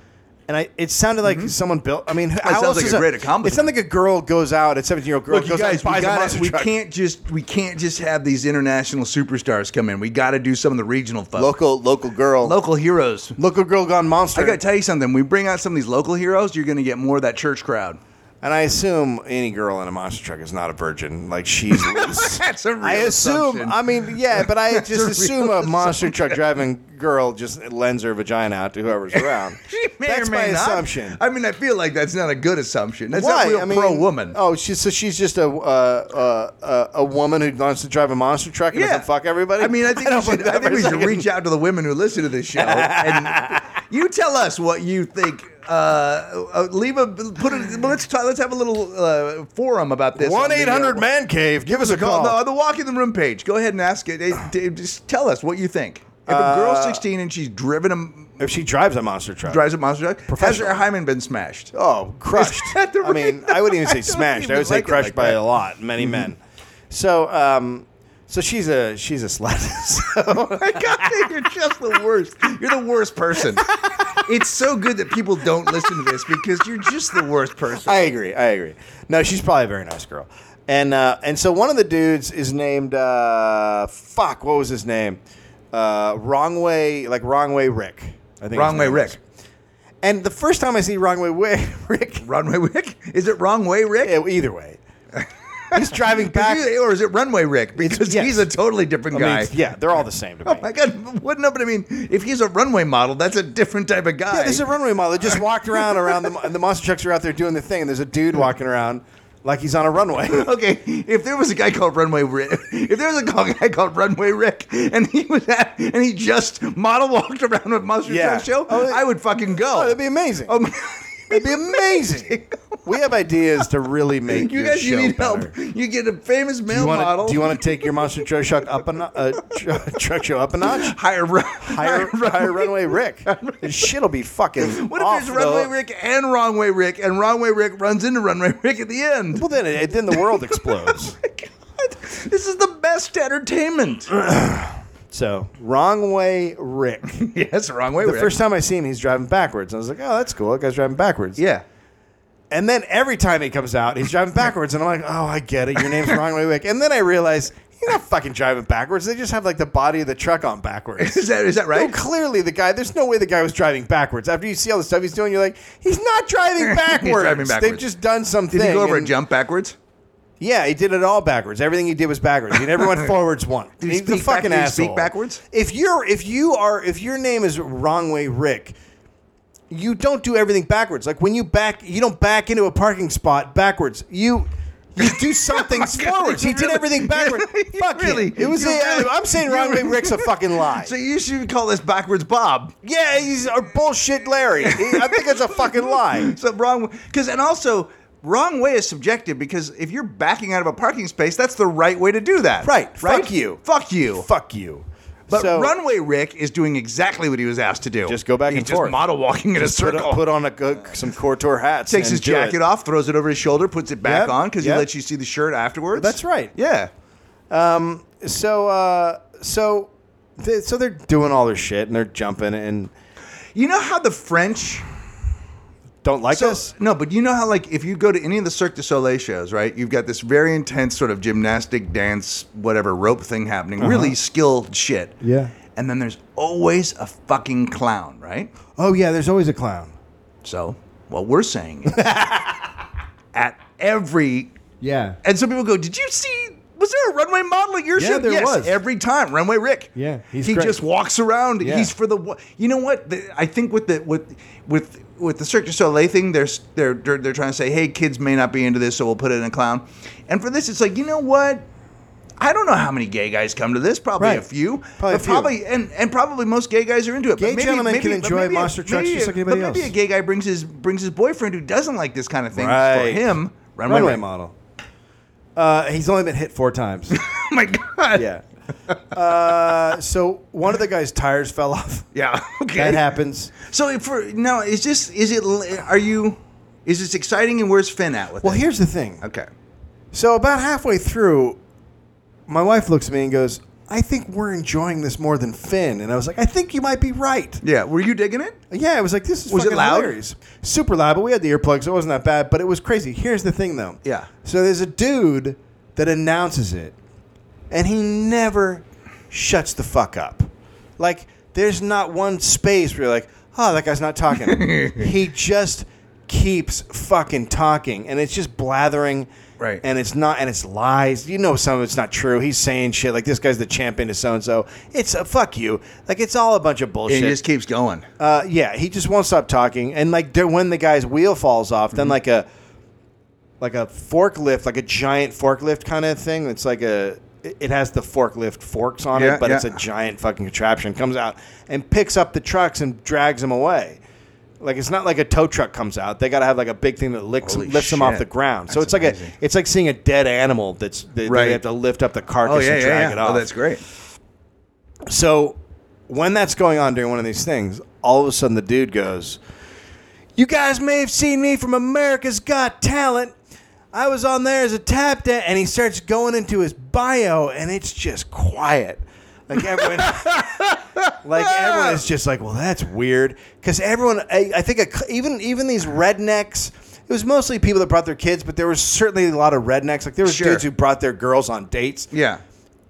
Speaker 1: and I it sounded like someone built. I mean, how
Speaker 2: Mm-hmm. sounds
Speaker 1: else
Speaker 2: like
Speaker 1: is
Speaker 2: a great accomplishment.
Speaker 1: It sounded like a girl goes out, a seventeen year old girl
Speaker 2: Look, you
Speaker 1: goes
Speaker 2: guys,
Speaker 1: out and
Speaker 2: we,
Speaker 1: buys a
Speaker 2: gotta-
Speaker 1: monster
Speaker 2: we
Speaker 1: truck.
Speaker 2: can't just we can't just have these international superstars come in. We got to do some of the regional folks,
Speaker 1: local local girl
Speaker 2: local heroes.
Speaker 1: local girl gone monster.
Speaker 2: I got to tell you something. We bring out some of these local heroes, you're going to get more of that church crowd.
Speaker 1: and I assume any girl in a monster truck is not a virgin. Like she's.
Speaker 2: That's a real
Speaker 1: I assume.
Speaker 2: assumption.
Speaker 1: I mean, yeah, but I
Speaker 2: a
Speaker 1: just
Speaker 2: real
Speaker 1: assume a monster truck driving girl just lends her vagina out to whoever's around.
Speaker 2: She may
Speaker 1: That's
Speaker 2: or may
Speaker 1: my
Speaker 2: not.
Speaker 1: assumption.
Speaker 2: I mean, I feel like that's not a good assumption. That's
Speaker 1: Why?
Speaker 2: not real
Speaker 1: I mean,
Speaker 2: pro woman.
Speaker 1: Oh, she's so she's just a uh, uh, uh, a woman who wants to drive a monster truck and doesn't fuck everybody.
Speaker 2: I mean, I think,
Speaker 1: don't
Speaker 2: we, should,
Speaker 1: believe that
Speaker 2: I think
Speaker 1: for a
Speaker 2: we should
Speaker 1: second.
Speaker 2: reach out to the women who listen to this show and you tell us what you think. Uh, uh, leave a put it. Let's talk, let's have a little uh, forum about this. on
Speaker 1: One
Speaker 2: the, uh,
Speaker 1: eight hundred man cave. Give us a
Speaker 2: Go,
Speaker 1: call.
Speaker 2: no, on the walk in the room page. Go ahead and ask it. It- it- just tell us what you think. If a
Speaker 1: Uh,
Speaker 2: girl's 16 and she's driven a
Speaker 1: If she drives a monster truck,
Speaker 2: drives a monster truck, has
Speaker 1: Professional.
Speaker 2: her hymen been smashed?
Speaker 1: Oh, crushed.
Speaker 2: that the
Speaker 1: I mean,
Speaker 2: right-
Speaker 1: I wouldn't even say
Speaker 2: I don't
Speaker 1: smashed. I
Speaker 2: even
Speaker 1: would say
Speaker 2: like it
Speaker 1: crushed
Speaker 2: like
Speaker 1: by
Speaker 2: that. Mm-hmm.
Speaker 1: a lot, many men. So, um, so she's a she's a slut. So,
Speaker 2: Oh My God, you're just the worst. You're the worst person. It's so good that people don't listen to this because you're just the worst person.
Speaker 1: I agree. I agree. No, she's probably a very nice girl. And uh, and so one of the dudes is named uh, fuck. What was his name? Uh, wrong way, like wrong way Rick. I think
Speaker 2: Wrong
Speaker 1: his
Speaker 2: way,
Speaker 1: name
Speaker 2: Rick.
Speaker 1: was. And the first time I see wrong way Wi- Rick,
Speaker 2: Runway Rick? Is it wrong way Rick?
Speaker 1: eh, either way, he's driving
Speaker 2: 'Cause
Speaker 1: back.
Speaker 2: you- or is it runway Rick? Because
Speaker 1: yes.
Speaker 2: he's a totally different
Speaker 1: I mean,
Speaker 2: guy.
Speaker 1: yeah, they're all the same to me.
Speaker 2: Oh my God! What? No, but I mean, if he's a runway model, that's a different type of guy.
Speaker 1: Yeah, there's a runway model. that just walked around around the and the monster trucks are out there doing their thing, and there's a dude walking around like he's on a runway.
Speaker 2: okay, if there was a guy called Runway Rick, if there was a guy guy called Runway Rick, and he was at, and he just model walked around with Monster
Speaker 1: Yeah.
Speaker 2: Truck Show,
Speaker 1: Oh, it-
Speaker 2: I would fucking go.
Speaker 1: Oh, that'd be amazing.
Speaker 2: Oh my-
Speaker 1: that'd be amazing. we have ideas to really make
Speaker 2: you
Speaker 1: your
Speaker 2: guys, you
Speaker 1: show
Speaker 2: need
Speaker 1: better.
Speaker 2: help. You get a famous
Speaker 1: Do
Speaker 2: male
Speaker 1: you, want
Speaker 2: model.
Speaker 1: to, do you want to take your monster truck show up a no- uh, tr- truck show up a notch?
Speaker 2: hire, run-
Speaker 1: Hire,
Speaker 2: runway
Speaker 1: hire runway Rick. This shit'll be fucking.
Speaker 2: What
Speaker 1: off
Speaker 2: if there's Runway
Speaker 1: the-
Speaker 2: Rick and Wrong Way Rick, and Wrong Way Rick runs into Runway Rick at the end?
Speaker 1: Well, then it, then the world explodes.
Speaker 2: God, this is the best entertainment.
Speaker 1: so wrong way Rick.
Speaker 2: yes, Wrong Way
Speaker 1: The
Speaker 2: Rick.
Speaker 1: first time I see him, he's driving backwards. I was like, oh, that's cool. That guy's driving backwards.
Speaker 2: yeah.
Speaker 1: And then every time he comes out, he's driving backwards, and I'm like, "Oh, I get it. Your name's wrong way Wick." And then I realize he's not fucking driving backwards. They just have like the body of the truck on backwards.
Speaker 2: Is that is that
Speaker 1: So
Speaker 2: right?
Speaker 1: clearly, the guy. There's no way the guy was driving backwards. After you see all the stuff he's doing, you're like, he's not driving
Speaker 2: He's
Speaker 1: backwards.
Speaker 2: driving backwards.
Speaker 1: They've just done something.
Speaker 2: Did he go over and
Speaker 1: and-
Speaker 2: jump backwards?
Speaker 1: Yeah, he did it all backwards. Everything he did was backwards. He never went forwards once.
Speaker 2: Did he
Speaker 1: he's a
Speaker 2: speak back-
Speaker 1: fucking
Speaker 2: did he
Speaker 1: asshole.
Speaker 2: speak backwards?
Speaker 1: If you're, if you are, if your name is wrong way Rick, you don't do everything backwards. Like when you back, you don't back into a parking spot backwards. You. You do something forwards.
Speaker 2: you
Speaker 1: He did
Speaker 2: Oh really-
Speaker 1: everything backwards.
Speaker 2: you
Speaker 1: Fuck
Speaker 2: really-
Speaker 1: him. It was.
Speaker 2: you
Speaker 1: a-
Speaker 2: really-
Speaker 1: I'm saying
Speaker 2: you
Speaker 1: wrong way.
Speaker 2: really-
Speaker 1: Rick's a fucking lie.
Speaker 2: So you should call this backwards Bob.
Speaker 1: yeah, he's a bullshit, Larry. He- I think it's a fucking lie.
Speaker 2: So wrong because and also wrong way is subjective because if you're backing out of a parking space, that's the right way to do that.
Speaker 1: Right.
Speaker 2: Right.
Speaker 1: Fuck you.
Speaker 2: Fuck you.
Speaker 1: Fuck you.
Speaker 2: But
Speaker 1: So,
Speaker 2: runway Rick is doing exactly what he was asked to do.
Speaker 1: Just go back
Speaker 2: He's
Speaker 1: and
Speaker 2: just
Speaker 1: forth.
Speaker 2: model walking in a
Speaker 1: put,
Speaker 2: circle.
Speaker 1: put on a, some Cortor hats.
Speaker 2: takes
Speaker 1: and
Speaker 2: his
Speaker 1: do it.
Speaker 2: jacket off, throws it over his shoulder, puts it back
Speaker 1: Yep,
Speaker 2: on because
Speaker 1: yep.
Speaker 2: he lets you see the shirt afterwards.
Speaker 1: That's right.
Speaker 2: Yeah.
Speaker 1: Um, so uh so they, so they're doing all their shit and they're jumping and
Speaker 2: You know how the French
Speaker 1: don't like
Speaker 2: So,
Speaker 1: us
Speaker 2: no, but you know how like if you go to any of the Cirque du Soleil shows, right? You've got this very intense sort of gymnastic dance, whatever rope thing happening, really skilled shit.
Speaker 1: Yeah.
Speaker 2: And then there's always a fucking clown, right?
Speaker 1: oh yeah there's always a clown
Speaker 2: So what we're saying is, at every
Speaker 1: yeah
Speaker 2: and some people go, did you see? Was there a runway model at your
Speaker 1: Yeah,
Speaker 2: show?
Speaker 1: there
Speaker 2: yes,
Speaker 1: was.
Speaker 2: every time. Runway Rick.
Speaker 1: Yeah, he's
Speaker 2: he
Speaker 1: great.
Speaker 2: just walks around.
Speaker 1: Yeah.
Speaker 2: He's for the. wa- You know what? The, I think with the with with with the Cirque du Soleil thing, they're, s- they're they're they're trying to say, hey, kids may not be into this, so we'll put it in a clown. And for this, it's like, you know what? I don't know how many gay guys come to this. Probably a
Speaker 1: Right.
Speaker 2: few.
Speaker 1: Probably a
Speaker 2: but
Speaker 1: few.
Speaker 2: probably and, and probably most gay guys are into it.
Speaker 1: Gay
Speaker 2: but maybe,
Speaker 1: gentlemen
Speaker 2: maybe,
Speaker 1: can
Speaker 2: but
Speaker 1: enjoy
Speaker 2: maybe a-
Speaker 1: monster trucks
Speaker 2: maybe
Speaker 1: just
Speaker 2: a-
Speaker 1: like anybody
Speaker 2: but Maybe
Speaker 1: else.
Speaker 2: a gay guy brings his brings his boyfriend who doesn't like this kind of thing for
Speaker 1: Right.
Speaker 2: him. Runway,
Speaker 1: runway
Speaker 2: Rick.
Speaker 1: model. Uh, he's only been hit four times.
Speaker 2: Oh my god.
Speaker 1: yeah. Uh, so one of the guy's tires fell off.
Speaker 2: Yeah. Okay.
Speaker 1: That happens.
Speaker 2: So if for now, is this is it? Are you? Is this exciting? And where's Finn at with
Speaker 1: Well,
Speaker 2: it?
Speaker 1: here's the thing.
Speaker 2: okay.
Speaker 1: So about halfway through, my wife looks at me and goes, "I think we're enjoying this more than Finn." And I was like, "I think you might be right."
Speaker 2: Yeah. Were you digging it?
Speaker 1: Yeah, it was like this is
Speaker 2: Was it
Speaker 1: fucking
Speaker 2: loud?
Speaker 1: hilarious. Super loud, but we had the earplugs. It wasn't that bad, but it was crazy. Here's the thing, though.
Speaker 2: Yeah.
Speaker 1: So there's a dude that announces it, and he never shuts the fuck up. Like there's not one space where you're like, oh, that guy's not talking. he just keeps fucking talking, and it's just blathering.
Speaker 2: Right.
Speaker 1: And it's not, and it's lies. You know, some of it's not true. He's saying shit like this guy's the champion of so and so. It's a fuck you. Like it's all a bunch of bullshit.
Speaker 2: It just keeps going.
Speaker 1: Uh, yeah, he just won't stop talking, and like there- when the guy's wheel falls off,
Speaker 2: Mm-hmm.
Speaker 1: then like a like a forklift, like a giant forklift kind of thing. It's like a it it has the forklift forks on
Speaker 2: Yeah,
Speaker 1: it, but it's a
Speaker 2: yeah.
Speaker 1: giant fucking contraption. Comes out and picks up the trucks and drags them away. Like it's not like a tow truck comes out. They got to have like a big thing that licks
Speaker 2: Holy
Speaker 1: lifts them off
Speaker 2: shit.
Speaker 1: the ground. So
Speaker 2: That's
Speaker 1: it's like
Speaker 2: amazing.
Speaker 1: a it's like seeing a dead animal that's that
Speaker 2: Right.
Speaker 1: they have to lift up the carcass and drag it off.
Speaker 2: Oh, that's great.
Speaker 1: So when that's going on during one of these things, all of a sudden the dude goes, "You guys may have seen me from America's Got Talent. I was on there as a tap dan-" and he starts going into his bio, and it's just quiet. Like everyone, like everyone is just like, well, that's weird, because everyone, I, I think, a, cou- even even these rednecks. It was mostly people that brought their kids, but there was certainly a lot of rednecks. Like there was
Speaker 2: Sure.
Speaker 1: dudes who brought their girls on dates
Speaker 2: Yeah.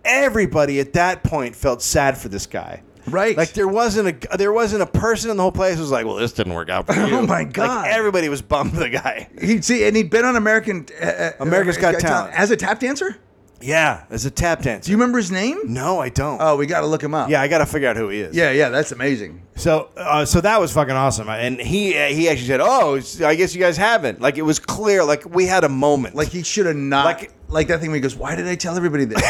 Speaker 1: everybody at that point felt sad for this guy.
Speaker 2: Right.
Speaker 1: Like there wasn't a there wasn't a person in the whole place who was like, "Well, this didn't work out for you."
Speaker 2: Oh, my
Speaker 1: Like,
Speaker 2: God.
Speaker 1: everybody was bummed for the guy.
Speaker 2: He see, and he'd been on American uh,
Speaker 1: America's Got Talent.
Speaker 2: as a tap dancer.
Speaker 1: Yeah, as a tap dancer.
Speaker 2: Do you remember his name?
Speaker 1: no, I don't.
Speaker 2: Oh, we got to look him up.
Speaker 1: yeah, I got to figure out who he is.
Speaker 2: Yeah. Yeah. That's amazing.
Speaker 1: So, uh, so that was fucking awesome. And he uh, he actually said, "Oh, it's- I guess you guys haven't." Like it was clear. Like we had a moment.
Speaker 2: Like he should have not. Like,
Speaker 1: Like-
Speaker 2: that thing where he goes, "Why did I tell everybody this?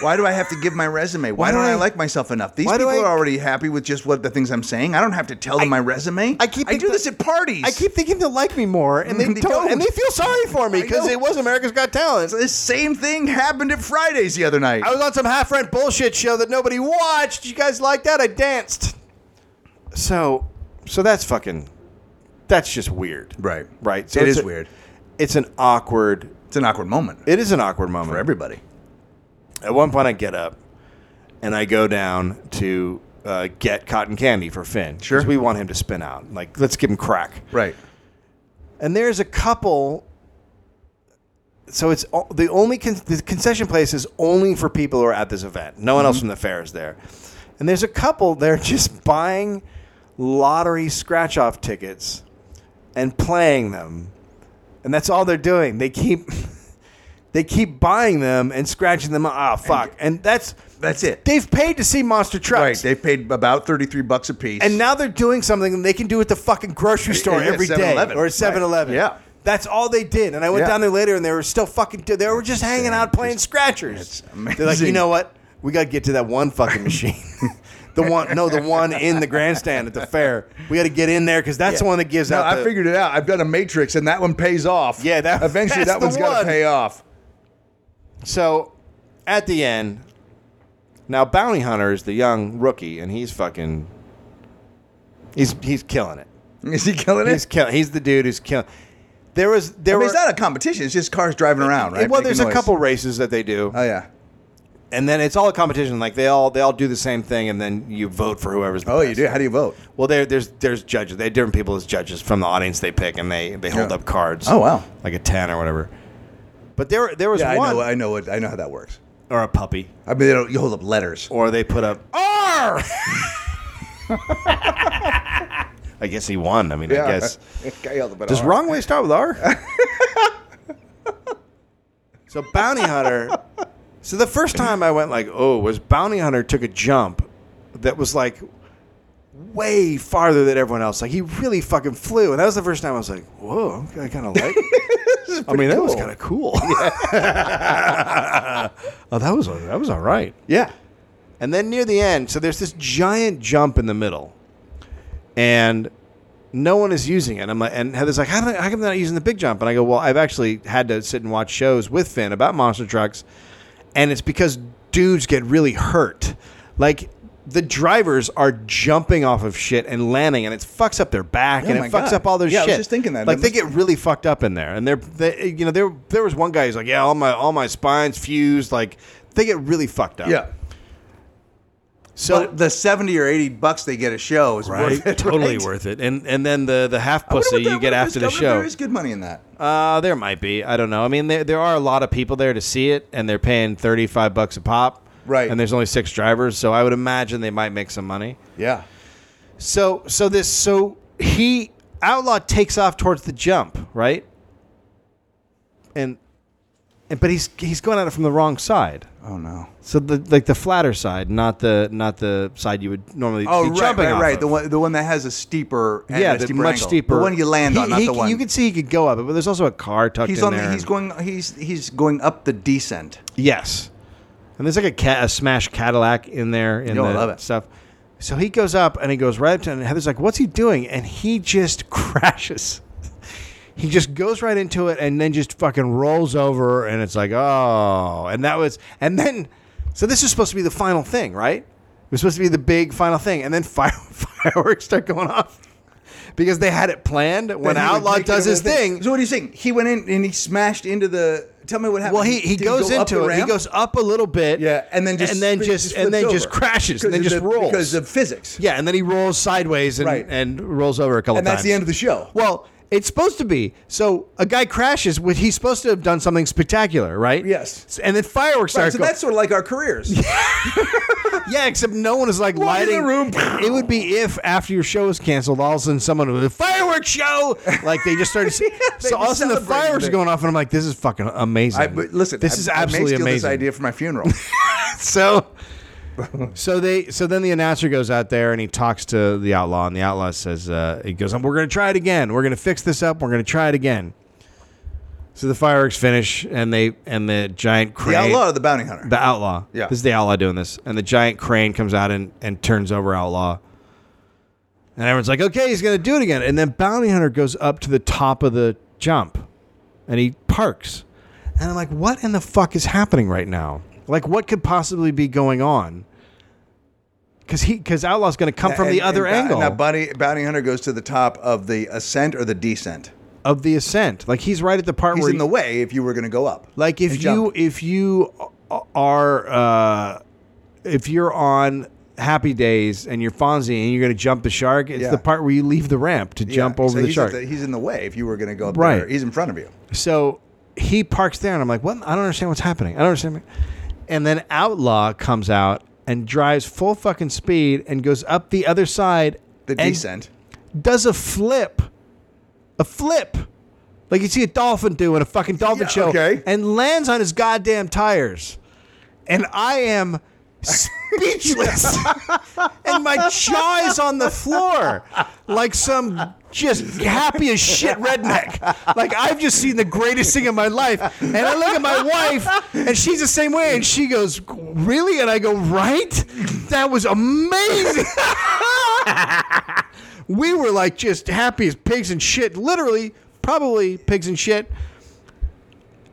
Speaker 2: Why do I have to give my resume? Why,
Speaker 1: Why do
Speaker 2: don't I,
Speaker 1: I-
Speaker 2: like myself enough? These
Speaker 1: why do
Speaker 2: people are
Speaker 1: I-
Speaker 2: already happy with just what the things I'm saying. I don't have to tell them my resume.
Speaker 1: I keep
Speaker 2: I do
Speaker 1: thinking-
Speaker 2: this at parties.
Speaker 1: I keep thinking they'll like me more, and they,
Speaker 2: They
Speaker 1: don't, and
Speaker 2: don't.
Speaker 1: they feel sorry for me
Speaker 2: I
Speaker 1: because
Speaker 2: know.
Speaker 1: it was America's Got Talent.
Speaker 2: The same thing happened at Fridays the other night.
Speaker 1: I was on some half rent bullshit show that nobody watched. You guys like that? I danced. So, so that's fucking, that's just weird,
Speaker 2: right.
Speaker 1: Right.
Speaker 2: it
Speaker 1: it's
Speaker 2: is
Speaker 1: a-
Speaker 2: weird.
Speaker 1: It's an awkward.
Speaker 2: It's an awkward moment
Speaker 1: It is an awkward moment
Speaker 2: for everybody.
Speaker 1: At one point, I get up, and I go down to uh, get cotton candy for Finn. 'cause
Speaker 2: Sure.
Speaker 1: we want him to spin out. Like, let's give him crack.
Speaker 2: Right.
Speaker 1: and there's a couple. So it's o- the only con- the concession place is only for people who are at this event. No one else from the fair is there, and there's a couple they're just buying lottery scratch off tickets and playing them, and that's all they're doing. They keep they keep buying them and scratching them. Ah, fuck! And, that's
Speaker 2: That's it.
Speaker 1: they've paid to see monster
Speaker 2: Right.
Speaker 1: trucks.
Speaker 2: They've paid about thirty-three bucks a piece.
Speaker 1: And now they're doing something they can do at the fucking grocery store
Speaker 2: Yeah,
Speaker 1: every day
Speaker 2: 7-Eleven.
Speaker 1: or 7 Eleven.
Speaker 2: Right. Yeah.
Speaker 1: That's all they did. And I went
Speaker 2: Yeah.
Speaker 1: down there later and they were still fucking, they were just hanging out playing Scratchers.
Speaker 2: That's
Speaker 1: They're like,
Speaker 2: amazing.
Speaker 1: you know what? We got to get to that one fucking machine. the one, no, the one in the grandstand at the fair. We got to get in there because that's the one that gives
Speaker 2: No,
Speaker 1: out.
Speaker 2: I
Speaker 1: the-
Speaker 2: figured it out. I've done a matrix, and that one pays off.
Speaker 1: Yeah, that-
Speaker 2: eventually
Speaker 1: that's
Speaker 2: that one's
Speaker 1: the
Speaker 2: got
Speaker 1: one.
Speaker 2: to pay off.
Speaker 1: So at the end, now Bounty Hunter is the young rookie and he's fucking, he's, he's killing it.
Speaker 2: Is he killing
Speaker 1: He's
Speaker 2: it?
Speaker 1: killing, he's the dude who's killing. There was, there
Speaker 2: I mean,
Speaker 1: was.
Speaker 2: it's not a competition. It's just cars driving around, right?
Speaker 1: Well,
Speaker 2: Making
Speaker 1: there's a
Speaker 2: noise.
Speaker 1: couple races that they do,
Speaker 2: Oh yeah.
Speaker 1: and then it's all a competition. Like they all they all do the same thing, and then you vote for whoever's the
Speaker 2: Oh, you
Speaker 1: best.
Speaker 2: do. How do you vote?
Speaker 1: Well, there there's there's judges. They have different people as judges from the audience they pick, and they they hold
Speaker 2: Yeah.
Speaker 1: up cards.
Speaker 2: Oh, wow.
Speaker 1: like a ten or whatever. But there there was
Speaker 2: Yeah, I
Speaker 1: one
Speaker 2: know. I know. What, I know how that works.
Speaker 1: or a puppy,
Speaker 2: I mean, they don't, you hold up letters.
Speaker 1: or they put up.
Speaker 2: R.
Speaker 1: I guess he won. I mean, I guess.
Speaker 2: I held up an
Speaker 1: Does
Speaker 2: R.
Speaker 1: wrong way start with R? so bounty hunter So the first time I went like, oh, was Bounty Hunter took a jump that was like way farther than everyone else. Like he really fucking flew, and that was the first time I was like, whoa, I kind of like. I mean, that was kind of cool. oh, that was that was all right. Yeah. And then near the end, so there's this giant jump in the middle, and no one is using it. I'm like, and Heather's like, how, do I, how come they're not using the big jump? And I go, well, I've actually had to sit and watch shows with Finn about monster trucks, and it's because dudes get really hurt. Like the drivers are jumping off of shit and landing, and it fucks up their back
Speaker 2: Oh
Speaker 1: and
Speaker 2: my
Speaker 1: it fucks
Speaker 2: God.
Speaker 1: up all their
Speaker 2: Yeah, I
Speaker 1: shit.
Speaker 2: was just thinking that.
Speaker 1: Like
Speaker 2: That
Speaker 1: they
Speaker 2: must-
Speaker 1: get really fucked up in there, and they're they, you know there there was one guy who's like, yeah, all my all my spines fused. Like they get really fucked up.
Speaker 2: Yeah.
Speaker 1: So
Speaker 2: the 70 or 80 bucks they get a show is worth it.
Speaker 1: totally
Speaker 2: right?
Speaker 1: worth it. And and then the the half
Speaker 2: I wonder
Speaker 1: pussy
Speaker 2: what that-
Speaker 1: you get
Speaker 2: I wonder if
Speaker 1: after the
Speaker 2: there's- I wonder if
Speaker 1: show.
Speaker 2: There is good money in that.
Speaker 1: Uh, there might be. I don't know. I mean, there, there are a lot of people there to see it, and they're paying thirty five bucks a pop.
Speaker 2: Right.
Speaker 1: And there's only six drivers, so I would imagine they might make some money.
Speaker 2: Yeah.
Speaker 1: So so this so he outlaw takes off towards the jump, right? And and but he's he's going at it from the wrong side.
Speaker 2: Oh no.
Speaker 1: So the like the flatter side, not the not the side you would normally
Speaker 2: Oh
Speaker 1: be
Speaker 2: right,
Speaker 1: jumping
Speaker 2: right,
Speaker 1: off
Speaker 2: right.
Speaker 1: of.
Speaker 2: The one, the one that has a steeper, and
Speaker 1: yeah,
Speaker 2: a
Speaker 1: the
Speaker 2: steeper
Speaker 1: much
Speaker 2: angle.
Speaker 1: steeper.
Speaker 2: The one you land
Speaker 1: He-
Speaker 2: on, not
Speaker 1: he
Speaker 2: the
Speaker 1: c-
Speaker 2: one
Speaker 1: You can see he could go up, it, but there's also a car tucked
Speaker 2: He's
Speaker 1: in
Speaker 2: on.
Speaker 1: there.
Speaker 2: The, he's
Speaker 1: and-
Speaker 2: going. He's he's going up the descent.
Speaker 1: Yes. And there's like a, ca- a smash Cadillac in there in
Speaker 2: Yo, I
Speaker 1: the
Speaker 2: love it.
Speaker 1: stuff. So he goes up and he goes right up to and Heather's like, "What's he doing?" And he just crashes. He just goes right into it and then just fucking rolls over and it's like, "Oh." And that was and then so this is supposed to be the final thing, right? It was supposed to be the big final thing and then fire, fireworks start going off. Because they had it planned when
Speaker 2: Then he would
Speaker 1: Outlaw
Speaker 2: make it
Speaker 1: does
Speaker 2: over
Speaker 1: his
Speaker 2: the
Speaker 1: thing.
Speaker 2: So what do you think? He went in and he smashed into the. Tell me what happened.
Speaker 1: Well, he, he
Speaker 2: Did
Speaker 1: goes
Speaker 2: go up
Speaker 1: into
Speaker 2: the
Speaker 1: it. He
Speaker 2: ramp?
Speaker 1: goes up a little bit.
Speaker 2: Yeah, and then just
Speaker 1: and then
Speaker 2: spin-
Speaker 1: just,
Speaker 2: flips
Speaker 1: and then just
Speaker 2: over.
Speaker 1: crashes and then
Speaker 2: Because
Speaker 1: just
Speaker 2: of the-
Speaker 1: rolls
Speaker 2: because of physics.
Speaker 1: Yeah, and then he rolls sideways and
Speaker 2: Right.
Speaker 1: and rolls over a couple
Speaker 2: and
Speaker 1: times.
Speaker 2: that's the end of the show.
Speaker 1: Well, it's supposed to be. So a guy crashes. When he's supposed to have done something spectacular, right?
Speaker 2: Yes.
Speaker 1: S- And then fireworks
Speaker 2: Right,
Speaker 1: start.
Speaker 2: so
Speaker 1: go-
Speaker 2: that's sort of like our careers.
Speaker 1: yeah, except no one is like
Speaker 2: Walk in
Speaker 1: lighting
Speaker 2: the room.
Speaker 1: It would be if after your show is canceled, all of a sudden someone was a fireworks show. Like they just started.
Speaker 2: they
Speaker 1: so all of a
Speaker 2: just
Speaker 1: sudden the
Speaker 2: celebrated
Speaker 1: fireworks
Speaker 2: it.
Speaker 1: are going off, and I'm like, this is fucking amazing.
Speaker 2: I, but listen,
Speaker 1: this
Speaker 2: I-
Speaker 1: is
Speaker 2: I may
Speaker 1: absolutely
Speaker 2: steal
Speaker 1: amazing.
Speaker 2: This idea for my funeral.
Speaker 1: so so they so then the announcer goes out there and he talks to the outlaw and the outlaw says uh, he goes we're going to try it again we're going to fix this up we're going to try it again so the fireworks finish and they and the giant crane
Speaker 2: the outlaw or the bounty hunter?
Speaker 1: the outlaw
Speaker 2: Yeah.
Speaker 1: this is the outlaw doing this and the giant crane comes out and and turns over outlaw and everyone's like okay he's going to do it again and then bounty hunter goes up to the top of the jump and he parks. And I'm like, what in the fuck is happening right now? Like, what could possibly be going on? Because he, because Outlaw's going to come from
Speaker 2: And-
Speaker 1: the other
Speaker 2: and,
Speaker 1: angle
Speaker 2: And that bounty, bounty hunter goes to the top of the ascent or the descent.
Speaker 1: of the ascent. Like he's right at the part
Speaker 2: He's
Speaker 1: where,
Speaker 2: in the
Speaker 1: you-
Speaker 2: way if you were going to go up.
Speaker 1: like, if
Speaker 2: and
Speaker 1: you,
Speaker 2: jump.
Speaker 1: if you a- are, uh, if you're on Happy Days and you're Fonzie and you're going to jump the shark, it's
Speaker 2: Yeah.
Speaker 1: the part where you leave the ramp to
Speaker 2: Yeah,
Speaker 1: jump over
Speaker 2: so
Speaker 1: the
Speaker 2: he's
Speaker 1: shark.
Speaker 2: at he's in the way if you were going to go up
Speaker 1: Right.
Speaker 2: there. He's in front of you.
Speaker 1: So he parks there, and I'm like, "What? I don't understand what's happening. I don't understand." And then Outlaw comes out and drives full fucking speed and goes up the other side.
Speaker 2: The
Speaker 1: and
Speaker 2: descent.
Speaker 1: does a flip, a flip, like you see a dolphin do in a fucking dolphin
Speaker 2: Yeah,
Speaker 1: show,
Speaker 2: okay.
Speaker 1: and lands on his goddamn tires. And I am speechless, and my jaw is on the floor, like some just happy as shit redneck. Like I've just seen the greatest thing in my life, and I look at my wife, and she's the same way, and she goes, "Really?" And I go, "Right? That was amazing." we were like just happy as pigs and shit. Literally, probably pigs and shit.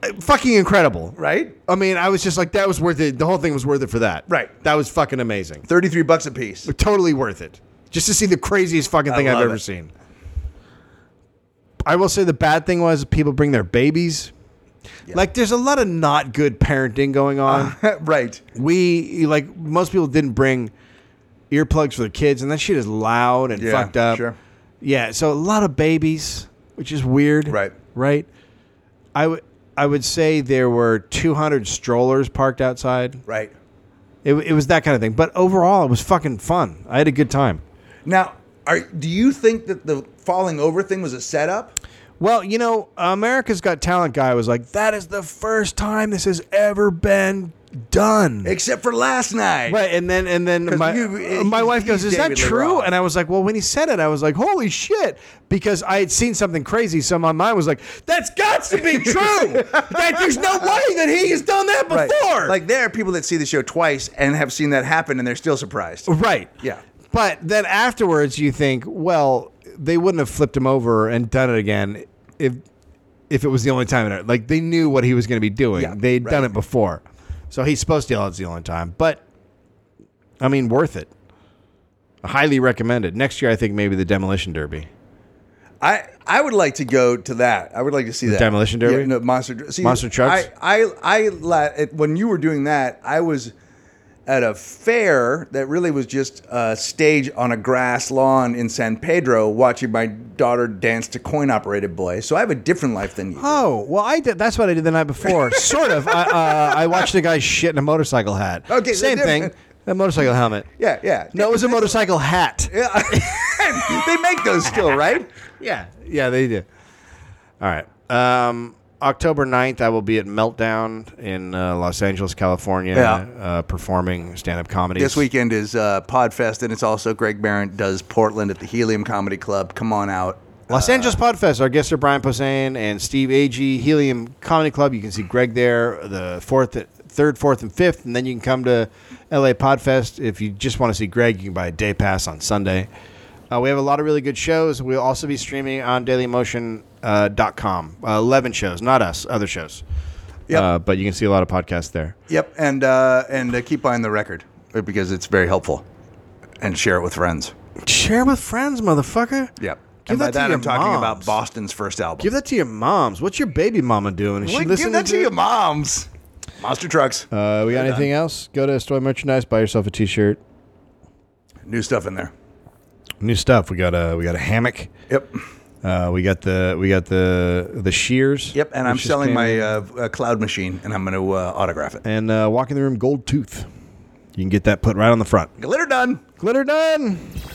Speaker 1: Uh, Fucking incredible,
Speaker 2: Right?
Speaker 1: I mean, I was just like, that was worth it. The whole thing was worth it for that.
Speaker 2: Right.
Speaker 1: That was fucking amazing.
Speaker 2: 33 bucks a piece.
Speaker 1: Totally worth it. Just to see the craziest fucking thing I've
Speaker 2: love
Speaker 1: ever
Speaker 2: it.
Speaker 1: seen. I will say the bad thing was people bring their babies. Like, there's a lot of not good parenting going
Speaker 2: Ah.
Speaker 1: on.
Speaker 2: right.
Speaker 1: we, like, most people didn't bring earplugs for their kids, and that shit is loud and
Speaker 2: Yeah,
Speaker 1: fucked up.
Speaker 2: sure.
Speaker 1: Yeah, so a lot of babies, which is weird.
Speaker 2: Right.
Speaker 1: Right. I would I would say there were 200 strollers parked outside.
Speaker 2: Right.
Speaker 1: It, it was that kind of thing. But overall, it was fucking fun. I had a good time.
Speaker 2: Now, are do you think that the falling over thing was a setup?
Speaker 1: Well, you know, America's Got Talent guy was like, that is the first time this has ever been done.
Speaker 2: Except for last night.
Speaker 1: Right, and then and then my uh,
Speaker 2: you-
Speaker 1: my
Speaker 2: he's-
Speaker 1: wife goes,
Speaker 2: he's
Speaker 1: "Is that
Speaker 2: David Lee
Speaker 1: true?"
Speaker 2: Roth.
Speaker 1: And I was like, "Well, when he said it, I was like, holy shit!" Because I had seen something crazy, so my mind was like, "That's got to be true. that there's no way that he has done that
Speaker 2: Right.
Speaker 1: before."
Speaker 2: Like there are people that see the show twice and have seen that happen and they're still surprised.
Speaker 1: right,
Speaker 2: Yeah.
Speaker 1: But then afterwards, you think, "Well, they wouldn't have flipped him over and done it again if if it was the only time." It, like they knew what he was going to be doing.
Speaker 2: Yeah,
Speaker 1: They'd done
Speaker 2: right.
Speaker 1: it before, so he's supposed to yell. It's the only time, but I mean, worth it. Highly recommended. Next year, I think maybe the demolition derby.
Speaker 2: I I would like to go to that. I would like to see that
Speaker 1: Demolition Derby?
Speaker 2: Yeah, no, monster Dr- see,
Speaker 1: Monster trucks?
Speaker 2: I I, I la- it- when you were doing that, I was at a fair that really was just a stage on a grass lawn in San Pedro, watching my daughter dance to coin operated boy. So I have a different life than you.
Speaker 1: Oh well, I did. That's what I did the night before. sort of. I, uh, I watched a guy shit in a motorcycle hat.
Speaker 2: Okay,
Speaker 1: same
Speaker 2: they're
Speaker 1: thing.
Speaker 2: different.
Speaker 1: A motorcycle helmet.
Speaker 2: Yeah, yeah.
Speaker 1: No, it was a motorcycle hat.
Speaker 2: Yeah. they make those still, right?
Speaker 1: Yeah, yeah, they do. All right. Um, October 9th, I will be at Meltdown in uh, Los Angeles, California,
Speaker 2: Yeah.
Speaker 1: uh, performing stand up comedy.
Speaker 2: This weekend is uh, Podfest, and it's also Greg Barrett does Portland at the Helium Comedy Club. Come on out.
Speaker 1: Los Angeles Podfest. Our guests are Brian Posehn and Steve Agee, Helium Comedy Club. You can see Greg there the fourth, third, fourth, and fifth, and then you can come to LA Podfest if you just want to see Greg. You can buy a day pass on Sunday. Uh, we have a lot of really good shows. We'll also be streaming on DailyMotion.com. Uh, dot com. uh, Eleven shows, not us, other shows.
Speaker 2: Yep.
Speaker 1: Uh, but you can see a lot of podcasts there.
Speaker 2: Yep, and uh, and uh, keep buying the record uh, because it's very helpful, and share it with friends.
Speaker 1: Share with friends, motherfucker.
Speaker 2: Yep.
Speaker 1: Give
Speaker 2: and by
Speaker 1: that to
Speaker 2: that,
Speaker 1: your
Speaker 2: I'm talking about
Speaker 1: moms.
Speaker 2: Boston's first album.
Speaker 1: Give that to your moms. What's your baby mama doing? Is
Speaker 2: What?
Speaker 1: she
Speaker 2: Give
Speaker 1: listening
Speaker 2: that to
Speaker 1: it?
Speaker 2: your moms. Monster Trucks.
Speaker 1: Uh, we got anything else? Go to Story Merchandise, buy yourself a T-shirt.
Speaker 2: New stuff in there.
Speaker 1: New stuff. We got a we got a hammock.
Speaker 2: Yep.
Speaker 1: Uh, we got the we got the the shears.
Speaker 2: Yep. And I'm
Speaker 1: which just
Speaker 2: selling
Speaker 1: came
Speaker 2: my
Speaker 1: in.
Speaker 2: uh, uh, cloud machine, and I'm going to uh, autograph it.
Speaker 1: and uh, walk in the room gold tooth. You can get that put right on the front.
Speaker 2: Glitter done.
Speaker 1: Glitter done.